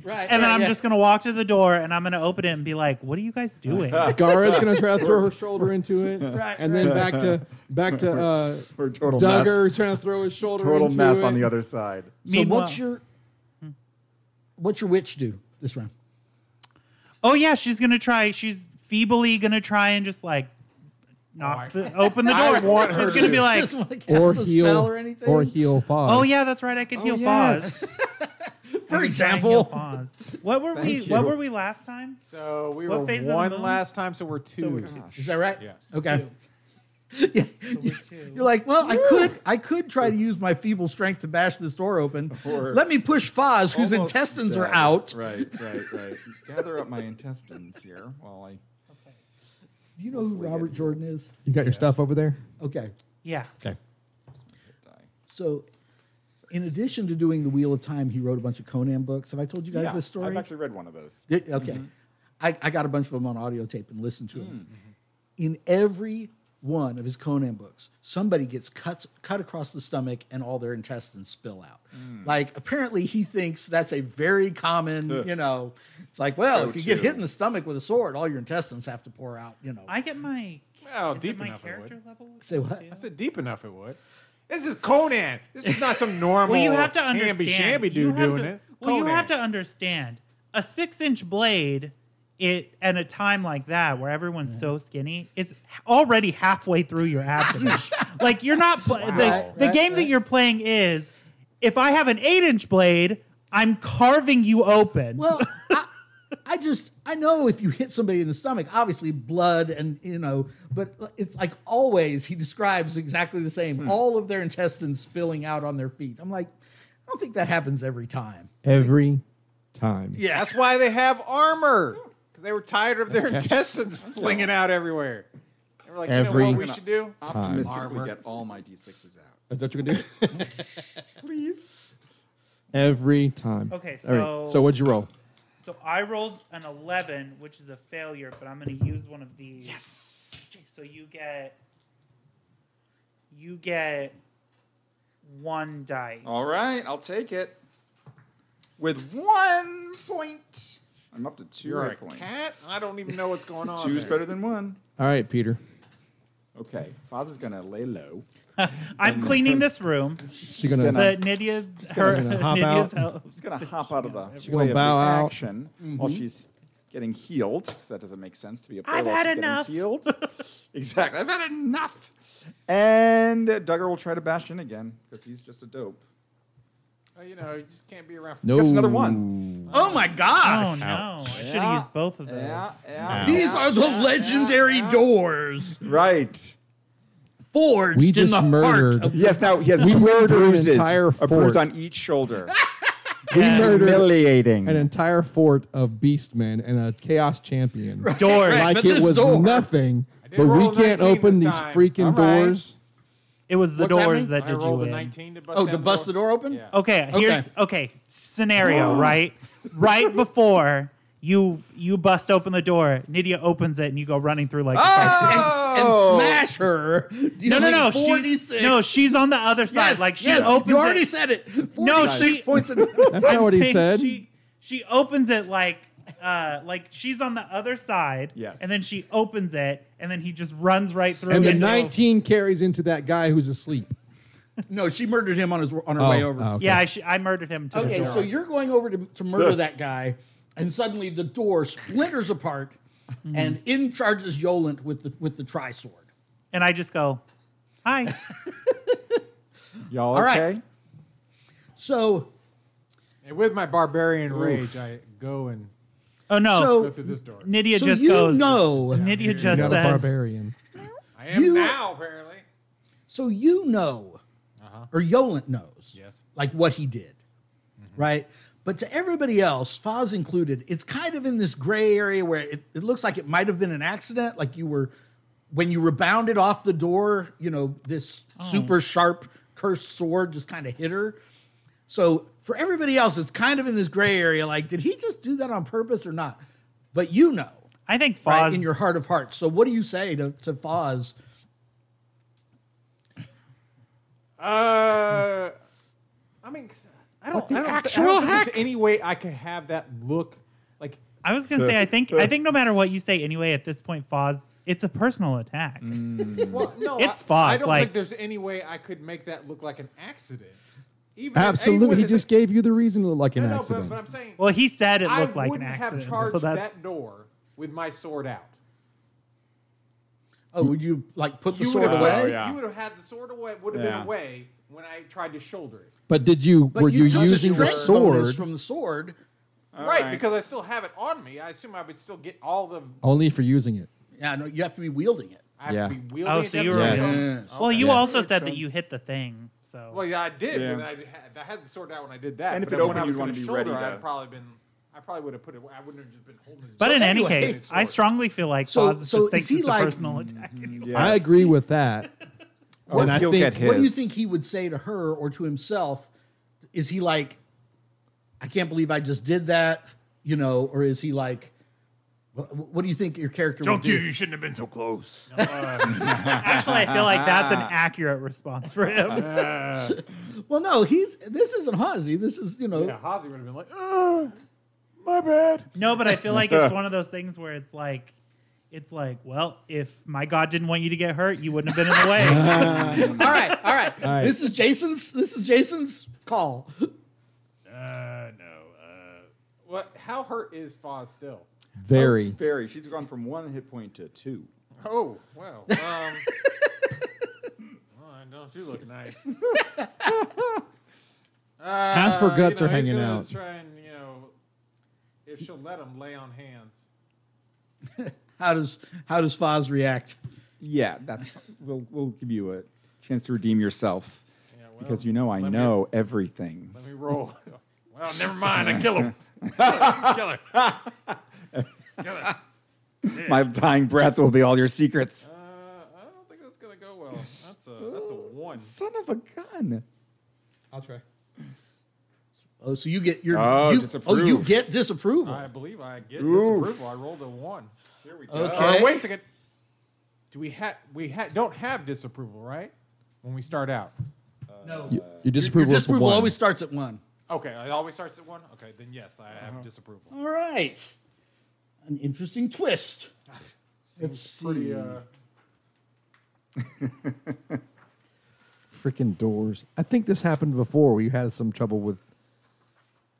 [SPEAKER 3] one,
[SPEAKER 2] Right,
[SPEAKER 3] and then
[SPEAKER 2] right,
[SPEAKER 3] I'm
[SPEAKER 2] yeah.
[SPEAKER 3] just gonna walk to the door and I'm gonna open it and be like, "What are you guys doing?"
[SPEAKER 5] Gara's gonna try to throw her shoulder into it.
[SPEAKER 2] Right,
[SPEAKER 5] and then back to back to uh
[SPEAKER 8] We're total
[SPEAKER 5] Duggar
[SPEAKER 8] mess.
[SPEAKER 5] trying to throw his shoulder
[SPEAKER 8] Total
[SPEAKER 5] into
[SPEAKER 8] mess
[SPEAKER 5] it.
[SPEAKER 8] on the other side.
[SPEAKER 2] So
[SPEAKER 3] Meanwhile-
[SPEAKER 2] what's your what's your witch do this round?
[SPEAKER 3] Oh yeah, she's gonna try. She's feebly gonna try and just like knock the, open the door.
[SPEAKER 7] I want her
[SPEAKER 3] she's gonna
[SPEAKER 7] to.
[SPEAKER 3] be like,
[SPEAKER 2] Just want to cast
[SPEAKER 5] Or
[SPEAKER 2] a
[SPEAKER 5] heal
[SPEAKER 2] spell or anything?
[SPEAKER 5] or heal Foz.
[SPEAKER 3] oh yeah, that's right. I could heal Foz.
[SPEAKER 2] For
[SPEAKER 3] Try and heal
[SPEAKER 2] example,
[SPEAKER 3] Foz. What were we? What were we last time?
[SPEAKER 7] So we
[SPEAKER 3] What
[SPEAKER 7] were
[SPEAKER 3] phase of the
[SPEAKER 7] one
[SPEAKER 3] moon?
[SPEAKER 7] last time, so we're two.
[SPEAKER 2] is that right?
[SPEAKER 7] Yes.
[SPEAKER 2] Okay. You're like, well, I could, I could try to use my feeble strength to bash this door open.
[SPEAKER 8] Or-
[SPEAKER 2] Let me push Foz, whose
[SPEAKER 8] Almost
[SPEAKER 2] intestines are
[SPEAKER 8] dead.
[SPEAKER 2] out.
[SPEAKER 8] Right, right, right. Gather up my intestines here while I.
[SPEAKER 2] Do you know who Robert Jordan is?
[SPEAKER 5] You got your stuff over there?
[SPEAKER 2] Okay.
[SPEAKER 3] Yeah.
[SPEAKER 5] Okay.
[SPEAKER 2] So, in addition to doing the Wheel of Time, he wrote a bunch of Conan books. Have I told you guys
[SPEAKER 8] Yeah,
[SPEAKER 2] this story?
[SPEAKER 8] I've actually read one of those.
[SPEAKER 2] Did- okay. I, I got a bunch of them on audio tape and listened to them. In every one of his Conan books, somebody gets cut, cut across the stomach and all their intestines spill out. Like, apparently, he thinks that's a very common, you know, it's like, well, if you get hit in the stomach with a sword, all your intestines have to pour out, you know.
[SPEAKER 3] I get my.
[SPEAKER 7] Well,
[SPEAKER 3] is it
[SPEAKER 7] deep
[SPEAKER 3] my
[SPEAKER 7] enough it
[SPEAKER 3] character
[SPEAKER 7] would.
[SPEAKER 3] level.
[SPEAKER 2] Say what?
[SPEAKER 7] I said deep enough it would. This is Conan. This is not some normal.
[SPEAKER 3] Well, you have to understand.
[SPEAKER 7] Hamby shamby
[SPEAKER 3] you
[SPEAKER 7] dude
[SPEAKER 3] have
[SPEAKER 7] doing
[SPEAKER 3] to-
[SPEAKER 7] it. This is
[SPEAKER 3] Well, you
[SPEAKER 7] Conan.
[SPEAKER 3] have to understand a six-inch blade, it at a time like that where everyone's so skinny is already halfway through your abdomen. like you're not pl- the,
[SPEAKER 2] Right,
[SPEAKER 3] the
[SPEAKER 2] right,
[SPEAKER 3] game that
[SPEAKER 2] right.
[SPEAKER 3] you're playing is if I have an eight-inch blade, I'm carving you open.
[SPEAKER 2] Well, I, I just I know if you hit somebody in the stomach, obviously blood and you know, but it's like always he describes exactly the same,
[SPEAKER 3] Hmm.
[SPEAKER 2] all of their intestines spilling out on their feet. I'm like, I don't think that happens every time.
[SPEAKER 5] Every time.
[SPEAKER 2] Yeah,
[SPEAKER 7] That's why they have armor because they were tired of their intestines flinging out everywhere. They were like,
[SPEAKER 5] Every
[SPEAKER 7] you know what we should do?
[SPEAKER 8] Optimistically get all my d6s out.
[SPEAKER 5] Is that what you're going to do? Please. Every time.
[SPEAKER 3] Okay,
[SPEAKER 5] All
[SPEAKER 3] so-
[SPEAKER 5] right. So what'd you roll?
[SPEAKER 3] so I rolled an eleven, which is a failure, but I'm going to use one of these. Yes. So you get you get one dice.
[SPEAKER 8] All right, I'll take it. With one point, I'm up to 2
[SPEAKER 7] You're a
[SPEAKER 8] hit points.
[SPEAKER 7] cat? I don't even know what's going on.
[SPEAKER 8] Two's
[SPEAKER 7] there.
[SPEAKER 8] better than one.
[SPEAKER 5] All right, Peter.
[SPEAKER 8] Okay, Foz is gonna lay low.
[SPEAKER 3] I'm cleaning this room.
[SPEAKER 5] She's going to
[SPEAKER 3] But Nydia, her,
[SPEAKER 5] gonna hop
[SPEAKER 3] Nydia's
[SPEAKER 5] out.
[SPEAKER 3] help.
[SPEAKER 8] She's gonna hop out of the
[SPEAKER 5] gonna
[SPEAKER 8] way of
[SPEAKER 5] bow
[SPEAKER 8] the
[SPEAKER 5] out. Mm-hmm.
[SPEAKER 8] action while she's getting healed, because that doesn't make sense to be up there
[SPEAKER 3] I've
[SPEAKER 8] while
[SPEAKER 3] had
[SPEAKER 8] she's getting
[SPEAKER 3] enough.
[SPEAKER 8] healed. exactly, I've had enough. And Duggar will try to bash in again because he's just a dope.
[SPEAKER 7] Oh, you know, you just can't be around.
[SPEAKER 5] no.
[SPEAKER 8] That's another one.
[SPEAKER 2] Oh my god.
[SPEAKER 3] Oh no! I should have used both of those.
[SPEAKER 8] Yeah, yeah.
[SPEAKER 2] These are the legendary doors
[SPEAKER 8] right.
[SPEAKER 2] forged
[SPEAKER 5] We just
[SPEAKER 2] in the
[SPEAKER 5] murdered.
[SPEAKER 2] heart of
[SPEAKER 8] Yes, now he has
[SPEAKER 5] We
[SPEAKER 8] twin
[SPEAKER 5] murdered an
[SPEAKER 8] bruises,
[SPEAKER 5] entire
[SPEAKER 8] a bruise
[SPEAKER 5] fort.
[SPEAKER 8] on each shoulder.
[SPEAKER 5] We murdered
[SPEAKER 8] Humiliating.
[SPEAKER 5] an entire fort of beast men and a chaos champion.
[SPEAKER 3] Doors.
[SPEAKER 2] Right.
[SPEAKER 5] Like
[SPEAKER 2] But
[SPEAKER 5] it
[SPEAKER 2] this
[SPEAKER 5] was
[SPEAKER 2] door-
[SPEAKER 5] nothing.
[SPEAKER 7] did
[SPEAKER 5] But we
[SPEAKER 7] roll 19
[SPEAKER 5] can't open
[SPEAKER 7] this
[SPEAKER 5] these
[SPEAKER 7] time.
[SPEAKER 5] freaking
[SPEAKER 7] All right.
[SPEAKER 5] doors.
[SPEAKER 3] It was the
[SPEAKER 2] What's
[SPEAKER 3] doors
[SPEAKER 2] happening?
[SPEAKER 3] that
[SPEAKER 7] I
[SPEAKER 3] did you
[SPEAKER 7] rolled a
[SPEAKER 3] in.
[SPEAKER 7] 19 to bust
[SPEAKER 2] Oh,
[SPEAKER 7] down
[SPEAKER 2] to bust the door open?
[SPEAKER 7] Yeah.
[SPEAKER 3] Okay, here's okay scenario. Right, right before you you bust open the door, Nydia opens it and you go running through like. a
[SPEAKER 8] Ah!
[SPEAKER 3] cartoon.
[SPEAKER 2] And
[SPEAKER 8] Oh.
[SPEAKER 2] smash her.
[SPEAKER 3] Oh. No, no, no. She's,
[SPEAKER 2] 46.
[SPEAKER 3] no, she's on the other side.
[SPEAKER 2] yes,
[SPEAKER 3] like she
[SPEAKER 2] yes,
[SPEAKER 3] opens.
[SPEAKER 2] You already
[SPEAKER 3] it.
[SPEAKER 2] said it. 46
[SPEAKER 3] she-
[SPEAKER 2] points in
[SPEAKER 5] That's not
[SPEAKER 3] I'm
[SPEAKER 5] what he
[SPEAKER 3] saying
[SPEAKER 5] said.
[SPEAKER 3] She, she opens it like uh, like she's on the other side.
[SPEAKER 8] Yes.
[SPEAKER 3] And then she opens it, and then he just runs right through.
[SPEAKER 5] and the
[SPEAKER 3] it.
[SPEAKER 5] 19 carries into that guy who's asleep.
[SPEAKER 2] No, she murdered him on his on her way over.
[SPEAKER 5] oh, okay.
[SPEAKER 3] Yeah, I, sh- I murdered him too.
[SPEAKER 2] Okay, so you're going over to, to murder that guy, and suddenly the door splinters apart, and in charges Yolent with the with the tri sword.
[SPEAKER 3] and I just go, hi.
[SPEAKER 8] Y'all
[SPEAKER 2] All right.
[SPEAKER 8] okay?
[SPEAKER 2] So
[SPEAKER 7] And with my barbarian rage, I go and
[SPEAKER 3] Oh no,
[SPEAKER 7] go
[SPEAKER 2] So-
[SPEAKER 7] through this door.
[SPEAKER 3] Nydia
[SPEAKER 2] so
[SPEAKER 3] just
[SPEAKER 2] you
[SPEAKER 3] goes.
[SPEAKER 2] know,
[SPEAKER 3] Nydia
[SPEAKER 5] You
[SPEAKER 3] just
[SPEAKER 5] got a
[SPEAKER 3] said,
[SPEAKER 5] barbarian.
[SPEAKER 7] I am
[SPEAKER 2] You-
[SPEAKER 7] now, apparently.
[SPEAKER 2] so you know, or Yolent knows,
[SPEAKER 7] Uh-huh. Yes. Mm-hmm.
[SPEAKER 2] like what he did, right? But to everybody else, Foz included, it's kind of in this gray area where it, it looks like it might have been an accident, like you were when you rebounded off the door. You know, this
[SPEAKER 7] Oh.
[SPEAKER 2] super sharp cursed sword just kind of hit her. So for everybody else, it's kind of in this gray area. Like, did he just do that on purpose or not? But you know,
[SPEAKER 3] I think Foz.
[SPEAKER 2] right, in your heart of hearts. So what do you say to, to Foz?
[SPEAKER 7] Uh, I mean, I don't. I don't, I don't think there's any way I could have that look like.
[SPEAKER 3] I was gonna say, I think, I think no matter what you say, anyway, at this point, Foz, it's a personal attack.
[SPEAKER 2] Mm.
[SPEAKER 7] Well, no,
[SPEAKER 3] It's
[SPEAKER 7] I-
[SPEAKER 3] Foz,
[SPEAKER 7] I don't
[SPEAKER 3] like-
[SPEAKER 7] think there's any way I could make that look like an accident. Even even
[SPEAKER 5] Absolutely.
[SPEAKER 7] with
[SPEAKER 5] He
[SPEAKER 7] his-
[SPEAKER 5] just gave you the reason to look like an
[SPEAKER 7] No, no, but,
[SPEAKER 5] accident.
[SPEAKER 7] but I'm saying
[SPEAKER 3] Well, he said it
[SPEAKER 7] I
[SPEAKER 3] looked like an
[SPEAKER 7] wouldn't
[SPEAKER 3] accident.
[SPEAKER 7] have charged
[SPEAKER 3] so that's
[SPEAKER 7] that door with my sword out.
[SPEAKER 2] Oh, would you like put the
[SPEAKER 7] You Oh, would
[SPEAKER 2] sword
[SPEAKER 7] have
[SPEAKER 2] away?
[SPEAKER 8] yeah.
[SPEAKER 7] You would have had the sword away. Would have
[SPEAKER 8] Yeah.
[SPEAKER 7] been away when I tried to shoulder it.
[SPEAKER 5] But did you
[SPEAKER 2] But
[SPEAKER 5] were you,
[SPEAKER 2] took
[SPEAKER 5] using the
[SPEAKER 2] strength bonus
[SPEAKER 5] sword
[SPEAKER 2] from the sword?
[SPEAKER 7] right,
[SPEAKER 8] right.
[SPEAKER 7] because I still have it on me. I assume I would still get all the
[SPEAKER 5] only for using it?
[SPEAKER 2] Yeah, no, you have to be wielding it.
[SPEAKER 7] I have
[SPEAKER 5] Yeah.
[SPEAKER 7] to be wielding
[SPEAKER 3] Oh,
[SPEAKER 7] it
[SPEAKER 3] so
[SPEAKER 7] down
[SPEAKER 3] you
[SPEAKER 7] the
[SPEAKER 3] were.
[SPEAKER 5] Yes.
[SPEAKER 7] road.
[SPEAKER 3] Well, you
[SPEAKER 5] Yes.
[SPEAKER 3] also said that you hit the thing. So
[SPEAKER 7] Well, yeah, I did.
[SPEAKER 8] Yeah.
[SPEAKER 7] When I, had, I had to sort out when I did that.
[SPEAKER 8] And if
[SPEAKER 7] but
[SPEAKER 8] it
[SPEAKER 7] when
[SPEAKER 8] opened,
[SPEAKER 7] I was
[SPEAKER 8] you'd wanna
[SPEAKER 7] gonna
[SPEAKER 8] be
[SPEAKER 7] shoulder,
[SPEAKER 8] ready to-
[SPEAKER 7] I'd probably been. I probably would have put it. I wouldn't have just been holding. it.
[SPEAKER 3] But in any
[SPEAKER 2] anyway,
[SPEAKER 3] case, I strongly feel like
[SPEAKER 2] So-
[SPEAKER 3] Boz
[SPEAKER 2] so
[SPEAKER 3] just
[SPEAKER 2] is
[SPEAKER 3] thinks
[SPEAKER 2] he
[SPEAKER 3] it's
[SPEAKER 2] like-
[SPEAKER 3] a personal attack. anyway.
[SPEAKER 5] I agree with that.
[SPEAKER 8] Or
[SPEAKER 5] And I
[SPEAKER 8] he'll
[SPEAKER 5] think-
[SPEAKER 8] get his.
[SPEAKER 2] What do you think he would say to her or to himself? Is he like, I can't believe I just did that, you know, or is he like, what, what do you think your character would
[SPEAKER 4] Don't
[SPEAKER 2] do?
[SPEAKER 4] you? You shouldn't have been so close.
[SPEAKER 3] Actually, I feel like that's an accurate response for him.
[SPEAKER 2] Well, no, he's this isn't Hazy. This is you know,
[SPEAKER 7] Yeah, Hazi would have been like, "Ugh."
[SPEAKER 4] My bad.
[SPEAKER 3] No, but I feel like it's one of those things where it's like, it's like, well, if my God didn't want you to get hurt, you wouldn't have been in the way.
[SPEAKER 2] all right, all right.
[SPEAKER 5] right.
[SPEAKER 2] This is Jason's. This is Jason's call.
[SPEAKER 4] Uh, no.
[SPEAKER 7] "What? How hurt is Foz still?"
[SPEAKER 5] Very.
[SPEAKER 8] Barry, she's gone from one hit point to two.
[SPEAKER 7] Oh, wow. Um, all right, don't you look nice? Uh,
[SPEAKER 5] Half her
[SPEAKER 7] you
[SPEAKER 5] guts
[SPEAKER 7] know,
[SPEAKER 5] are
[SPEAKER 7] he's
[SPEAKER 5] hanging
[SPEAKER 7] gonna
[SPEAKER 5] out.
[SPEAKER 7] Try and you know, if she'll let him lay on hands.
[SPEAKER 2] How does how does Foz react?
[SPEAKER 8] Yeah, that's we'll we'll give you a chance to redeem yourself
[SPEAKER 7] Yeah, well,
[SPEAKER 8] because you know I
[SPEAKER 7] let me-
[SPEAKER 8] know everything.
[SPEAKER 7] Let me roll.
[SPEAKER 4] Well, never mind. I kill him. kill her. kill her.
[SPEAKER 8] My dying breath will be all your secrets.
[SPEAKER 7] Uh, I don't think that's gonna go well. That's a that's a one.
[SPEAKER 8] Son of a gun!
[SPEAKER 5] I'll try.
[SPEAKER 2] Oh, so you get your
[SPEAKER 8] Oh,
[SPEAKER 2] you,
[SPEAKER 8] disapprove.
[SPEAKER 2] Oh, you get disapproval.
[SPEAKER 7] I believe I get
[SPEAKER 8] Oof.
[SPEAKER 7] disapproval. I rolled a one. Here we go.
[SPEAKER 2] Okay.
[SPEAKER 7] Or wait a second. Do we have we ha- don't have disapproval right when we start out?
[SPEAKER 5] Your
[SPEAKER 2] your
[SPEAKER 5] disapproval, is for
[SPEAKER 2] disapproval
[SPEAKER 5] one.
[SPEAKER 2] always starts at one.
[SPEAKER 7] Okay, it always starts at one. Okay, then yes, I
[SPEAKER 2] Uh-huh.
[SPEAKER 7] have disapproval.
[SPEAKER 2] All right, an interesting twist. Let's see.
[SPEAKER 7] Pretty, uh,
[SPEAKER 5] freaking doors. I think this happened before where you had some trouble with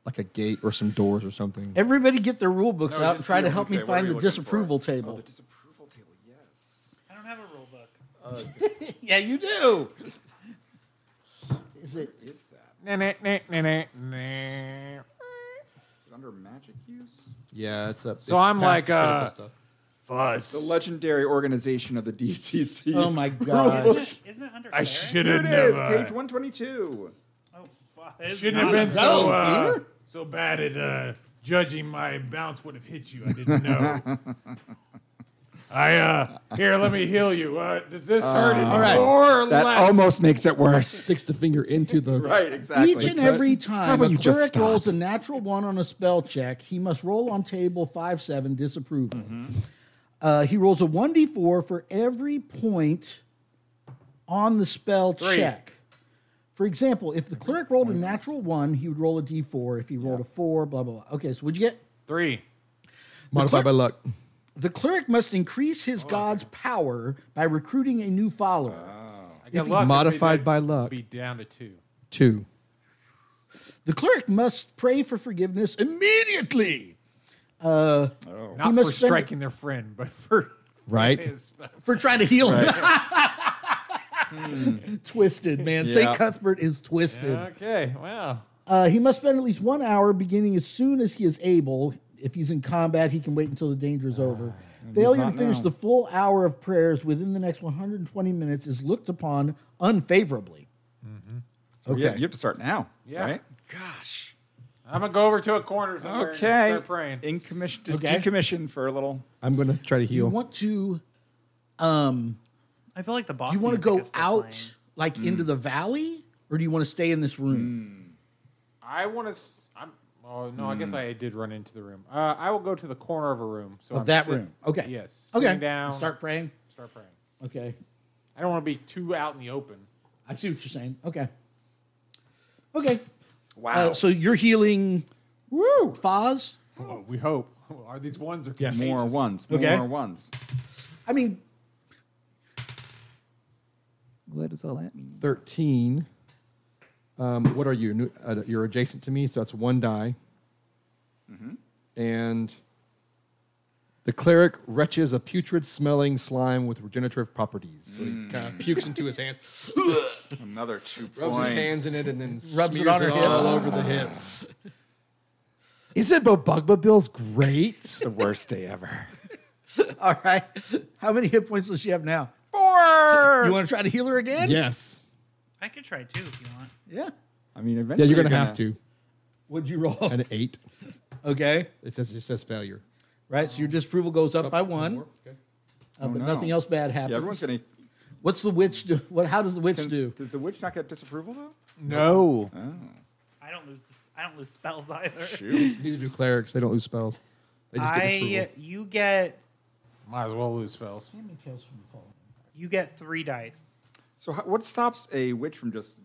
[SPEAKER 5] like a gate or some doors or something.
[SPEAKER 2] Everybody get their rule books
[SPEAKER 8] No,
[SPEAKER 2] out and
[SPEAKER 8] just
[SPEAKER 2] try to
[SPEAKER 8] real-
[SPEAKER 2] help
[SPEAKER 8] okay,
[SPEAKER 2] me
[SPEAKER 8] what are
[SPEAKER 2] find
[SPEAKER 8] you
[SPEAKER 2] the
[SPEAKER 8] looking for?
[SPEAKER 2] disapproval table.
[SPEAKER 8] Oh, the disapproval table, yes.
[SPEAKER 3] I don't have a rule book.
[SPEAKER 2] yeah, you do. Is it
[SPEAKER 8] Is that
[SPEAKER 7] nah, nah, nah, nah, nah, nah.
[SPEAKER 8] Is it under magic use?
[SPEAKER 5] yeah, it's up.
[SPEAKER 7] So I'm like, uh,
[SPEAKER 8] The
[SPEAKER 4] Fuzz.
[SPEAKER 8] legendary organization of the DCC.
[SPEAKER 2] Oh my
[SPEAKER 3] Isn't
[SPEAKER 2] god!
[SPEAKER 3] it, isn't it under?
[SPEAKER 4] I
[SPEAKER 3] cleric?
[SPEAKER 4] should
[SPEAKER 8] Here
[SPEAKER 4] have
[SPEAKER 8] it is,
[SPEAKER 4] never.
[SPEAKER 8] page 122.
[SPEAKER 3] Oh, fuck. It's
[SPEAKER 4] Shouldn't have
[SPEAKER 3] not-
[SPEAKER 4] been so
[SPEAKER 2] Go,
[SPEAKER 4] uh,
[SPEAKER 2] Peter.
[SPEAKER 4] so bad at uh, judging. My bounce would have hit you. I didn't know. I uh here. Let me heal you. Uh, does this hurt anymore
[SPEAKER 2] right.
[SPEAKER 4] or
[SPEAKER 8] That
[SPEAKER 4] less?
[SPEAKER 8] almost makes it worse.
[SPEAKER 5] sticks the finger into the
[SPEAKER 8] right, exactly.
[SPEAKER 2] Each and every time
[SPEAKER 8] about
[SPEAKER 2] a
[SPEAKER 8] you just
[SPEAKER 2] cleric
[SPEAKER 8] stop?
[SPEAKER 2] rolls a natural one on a spell check, he must roll on table five seven disapproval.
[SPEAKER 8] Mm-hmm.
[SPEAKER 2] Uh, he rolls a one d four for every point on the spell check. For example, if the cleric rolled a natural one, he would roll a d four. If he rolled a four, blah blah blah. Okay, so would you get?
[SPEAKER 7] three.
[SPEAKER 5] modified by luck.
[SPEAKER 2] The cleric must increase his
[SPEAKER 8] Oh,
[SPEAKER 2] god's power by recruiting a new follower.
[SPEAKER 7] I got luck.
[SPEAKER 5] modified
[SPEAKER 7] That'd
[SPEAKER 5] by luck.
[SPEAKER 7] Be down to two.
[SPEAKER 5] Two.
[SPEAKER 2] The cleric must pray for forgiveness immediately Uh,
[SPEAKER 8] Oh.
[SPEAKER 7] Not for
[SPEAKER 2] must spend-
[SPEAKER 7] striking their friend, but for
[SPEAKER 5] Right?
[SPEAKER 7] his.
[SPEAKER 2] for trying to heal him. twisted, man.
[SPEAKER 8] Yeah.
[SPEAKER 2] St. Cuthbert is twisted.
[SPEAKER 7] Okay, wow.
[SPEAKER 2] Uh, he must spend at least one hour beginning as soon as he is able. If he's in combat, he can wait until the danger is over. Failure to
[SPEAKER 8] Ah, not
[SPEAKER 2] finish
[SPEAKER 8] now.
[SPEAKER 2] the full hour of prayers within the next 120 minutes is looked upon unfavorably.
[SPEAKER 8] Okay.
[SPEAKER 2] Okay.
[SPEAKER 8] you have to start now.
[SPEAKER 7] Yeah.
[SPEAKER 8] Right? Gosh.
[SPEAKER 7] I'm gonna go over to a corner somewhere and
[SPEAKER 8] Okay.
[SPEAKER 7] start praying.
[SPEAKER 8] In commission,
[SPEAKER 2] Okay.
[SPEAKER 8] decommission for a little.
[SPEAKER 5] I'm going to try to
[SPEAKER 2] You
[SPEAKER 5] heal.
[SPEAKER 2] want to um
[SPEAKER 3] I feel like the boss.
[SPEAKER 2] Do you want to
[SPEAKER 3] music
[SPEAKER 2] go
[SPEAKER 3] is still
[SPEAKER 2] out
[SPEAKER 3] playing.
[SPEAKER 2] like into the valley, or do you want to stay in this room?
[SPEAKER 7] I want to. I'm. Oh no, I
[SPEAKER 2] Hmm.
[SPEAKER 7] guess I did run into the room. Uh, I will go to the corner of a room. So
[SPEAKER 2] Of
[SPEAKER 7] I'm
[SPEAKER 2] that
[SPEAKER 7] sit-
[SPEAKER 2] room. Okay.
[SPEAKER 7] Mm. Yes.
[SPEAKER 2] Okay.
[SPEAKER 7] Sitting down.
[SPEAKER 2] Start praying.
[SPEAKER 7] Start praying.
[SPEAKER 2] Okay.
[SPEAKER 7] I don't want to be too out in the open.
[SPEAKER 2] I see what you're saying. Okay. Okay.
[SPEAKER 8] Wow.
[SPEAKER 2] Uh, so you're healing
[SPEAKER 7] Woo!
[SPEAKER 2] Foz.
[SPEAKER 7] Oh, we hope. Are these ones or
[SPEAKER 5] Yes.
[SPEAKER 8] more
[SPEAKER 7] contagious?
[SPEAKER 8] ones.
[SPEAKER 2] Okay.
[SPEAKER 8] More ones.
[SPEAKER 2] I mean,
[SPEAKER 8] What does all that mean?
[SPEAKER 5] 13. Um, what are you? Nu- Uh, you're adjacent to me, so that's one die. Mm-hmm. And the cleric retches a putrid smelling slime with regenerative properties. So he kind of pukes into his hands,
[SPEAKER 8] Another two
[SPEAKER 5] rubs
[SPEAKER 8] points.
[SPEAKER 5] his hands in it, and then
[SPEAKER 2] Rubs it
[SPEAKER 5] smears
[SPEAKER 2] on her hips.
[SPEAKER 5] all over the hips. Isn't Bobugba Bill's great?
[SPEAKER 8] It's the worst day ever.
[SPEAKER 2] All right. How many hit points does she have now?
[SPEAKER 8] Four.
[SPEAKER 2] You want to try to heal her again?
[SPEAKER 5] Yes.
[SPEAKER 3] I could try two if you want.
[SPEAKER 2] Yeah.
[SPEAKER 8] I mean,
[SPEAKER 5] Yeah,
[SPEAKER 8] eventually
[SPEAKER 5] you're gonna have to.
[SPEAKER 2] What'd you roll?
[SPEAKER 5] An eight.
[SPEAKER 2] Okay.
[SPEAKER 5] It says it just says failure.
[SPEAKER 2] Right. So your disapproval goes up by one,
[SPEAKER 5] Four, okay.
[SPEAKER 2] uh, but
[SPEAKER 8] no.
[SPEAKER 2] nothing else bad happens.
[SPEAKER 8] Yeah, everyone's gonna.
[SPEAKER 2] What's the witch do? What? How does the witch do?
[SPEAKER 8] Does the witch not get disapproval though?
[SPEAKER 7] No.
[SPEAKER 3] I don't lose. This, I don't lose spells either.
[SPEAKER 8] Shoot.
[SPEAKER 5] Neither do clerics. They don't lose spells. They just get
[SPEAKER 3] I
[SPEAKER 5] disapproval.
[SPEAKER 3] you get
[SPEAKER 7] Might as well lose spells.
[SPEAKER 3] you get three dice.
[SPEAKER 8] So how, what stops a witch from just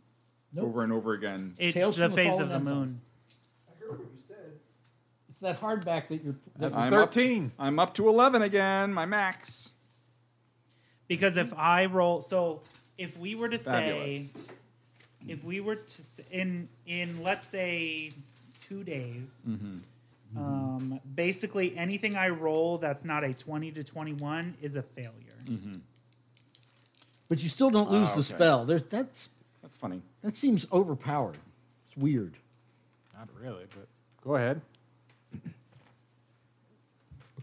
[SPEAKER 2] Nope.
[SPEAKER 8] over and over again?
[SPEAKER 3] It's
[SPEAKER 2] Tales
[SPEAKER 3] the
[SPEAKER 2] from the
[SPEAKER 3] phase
[SPEAKER 2] Fallen
[SPEAKER 3] of the
[SPEAKER 2] Empire.
[SPEAKER 3] moon.
[SPEAKER 2] It's that hardback that you're. That's
[SPEAKER 8] I'm Up,
[SPEAKER 7] 13.
[SPEAKER 8] I'm up to eleven again. My max.
[SPEAKER 3] Because
[SPEAKER 2] Mm-hmm.
[SPEAKER 3] if I roll, so if we were to say,
[SPEAKER 8] Fabulous.
[SPEAKER 3] if we were to s- in in let's say two days,
[SPEAKER 2] Mm-hmm.
[SPEAKER 3] um, basically anything I roll that's not a twenty to twenty one is a failure.
[SPEAKER 2] Mm-hmm. but you still don't lose
[SPEAKER 3] Ah,
[SPEAKER 2] the
[SPEAKER 8] okay.
[SPEAKER 2] spell. There's that's
[SPEAKER 8] That's funny.
[SPEAKER 2] that seems overpowered. It's weird.
[SPEAKER 7] Not really, but go ahead.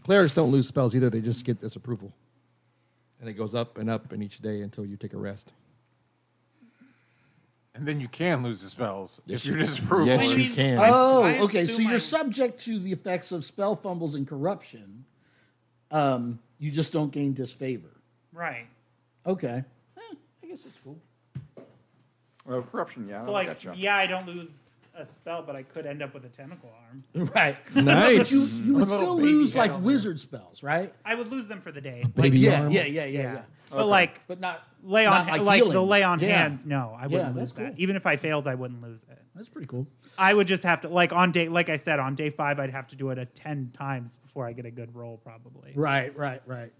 [SPEAKER 5] Clerics don't lose spells either. They just get disapproval, and it goes up and up in each day until you take a rest.
[SPEAKER 7] And then you can lose the spells if you're disapproval.
[SPEAKER 5] Yes,
[SPEAKER 3] Which
[SPEAKER 5] you
[SPEAKER 3] means-
[SPEAKER 5] can.
[SPEAKER 2] Oh,
[SPEAKER 3] I
[SPEAKER 2] okay. So
[SPEAKER 3] assume
[SPEAKER 2] you're
[SPEAKER 3] I-
[SPEAKER 2] subject to the effects of spell fumbles and corruption. Um, you just don't gain disfavor.
[SPEAKER 3] Right.
[SPEAKER 2] Okay. Eh, I guess that's cool.
[SPEAKER 8] Well, corruption. Yeah.
[SPEAKER 3] So
[SPEAKER 5] Oh,
[SPEAKER 8] that'll
[SPEAKER 3] like,
[SPEAKER 8] get ya.
[SPEAKER 3] yeah, I don't lose a spell, but I could end up with a tentacle arm.
[SPEAKER 2] Right. But you,
[SPEAKER 5] nice.
[SPEAKER 2] you would
[SPEAKER 7] Little
[SPEAKER 2] still
[SPEAKER 7] baby
[SPEAKER 2] lose
[SPEAKER 7] head
[SPEAKER 2] like
[SPEAKER 7] on there.
[SPEAKER 2] wizard spells, right?
[SPEAKER 3] I would lose them for the day.
[SPEAKER 5] Baby
[SPEAKER 2] yeah,
[SPEAKER 5] arm.
[SPEAKER 2] yeah, yeah, yeah,
[SPEAKER 3] yeah.
[SPEAKER 2] yeah.
[SPEAKER 3] But like
[SPEAKER 2] But not
[SPEAKER 3] lay on
[SPEAKER 2] not
[SPEAKER 3] like,
[SPEAKER 2] healing.
[SPEAKER 3] the lay on
[SPEAKER 2] Yeah.
[SPEAKER 3] hands, no, I wouldn't
[SPEAKER 2] Yeah,
[SPEAKER 3] lose
[SPEAKER 2] that's
[SPEAKER 3] that.
[SPEAKER 2] cool.
[SPEAKER 3] Even if I failed, I wouldn't lose it.
[SPEAKER 2] That's pretty cool.
[SPEAKER 3] I would just have to like on day like I said on day five I'd have to do it a ten times before I get a good roll probably,
[SPEAKER 2] Right, right, right.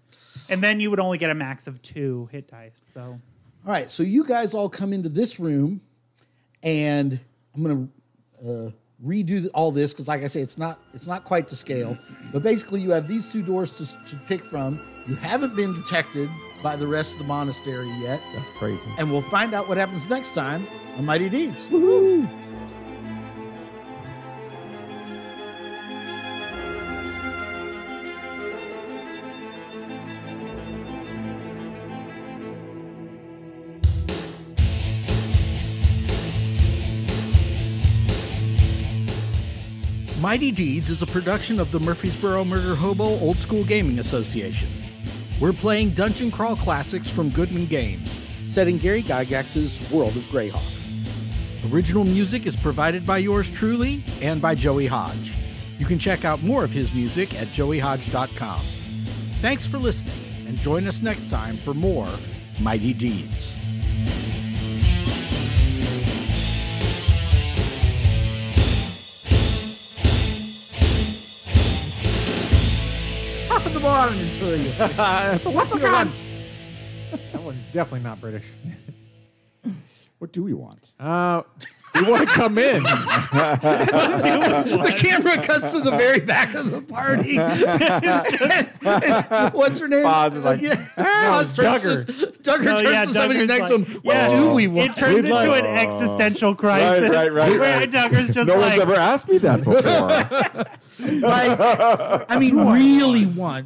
[SPEAKER 3] and then you would only get a max of two hit dice. So
[SPEAKER 2] All right, so you guys all come into this room, and I'm gonna uh, redo th- all this because, like I say, it's not it's not quite to scale. But basically, you have these two doors to, s- to pick from. You haven't been detected by the rest of the monastery yet,
[SPEAKER 5] That's crazy.
[SPEAKER 2] and we'll find out what happens next time on Mighty Deeds. Mighty Deeds is a production of the Murfreesboro Murder Hobo Old School Gaming Association. We're playing Dungeon Crawl classics from Goodman Games, set in Gary Gygax's World of Greyhawk. Original music is provided by yours truly and by Joey Hodge. You can check out more of his music at joeyhodge.com. Thanks for listening, and join us next time for more Mighty Deeds. Top of the morning until you.
[SPEAKER 6] it's a leprechaun.
[SPEAKER 7] That one's definitely not British.
[SPEAKER 8] What do we want?
[SPEAKER 7] Uh, you want to come in?
[SPEAKER 2] the camera cuts to the very back of the party. What's her name?
[SPEAKER 8] Boz is like,
[SPEAKER 2] yeah. Boz turns
[SPEAKER 7] Duggar.
[SPEAKER 2] to- Duggar turns
[SPEAKER 3] yeah,
[SPEAKER 2] to somebody
[SPEAKER 3] Duggar's
[SPEAKER 2] next to him.
[SPEAKER 3] like-
[SPEAKER 2] What
[SPEAKER 3] yeah.
[SPEAKER 2] do we want? "Oh."
[SPEAKER 3] it turns into an existential crisis
[SPEAKER 8] right, right,
[SPEAKER 3] where
[SPEAKER 8] right.
[SPEAKER 3] Duggar's just
[SPEAKER 8] No
[SPEAKER 3] like
[SPEAKER 8] one's ever asked me that before.
[SPEAKER 2] I mean, really want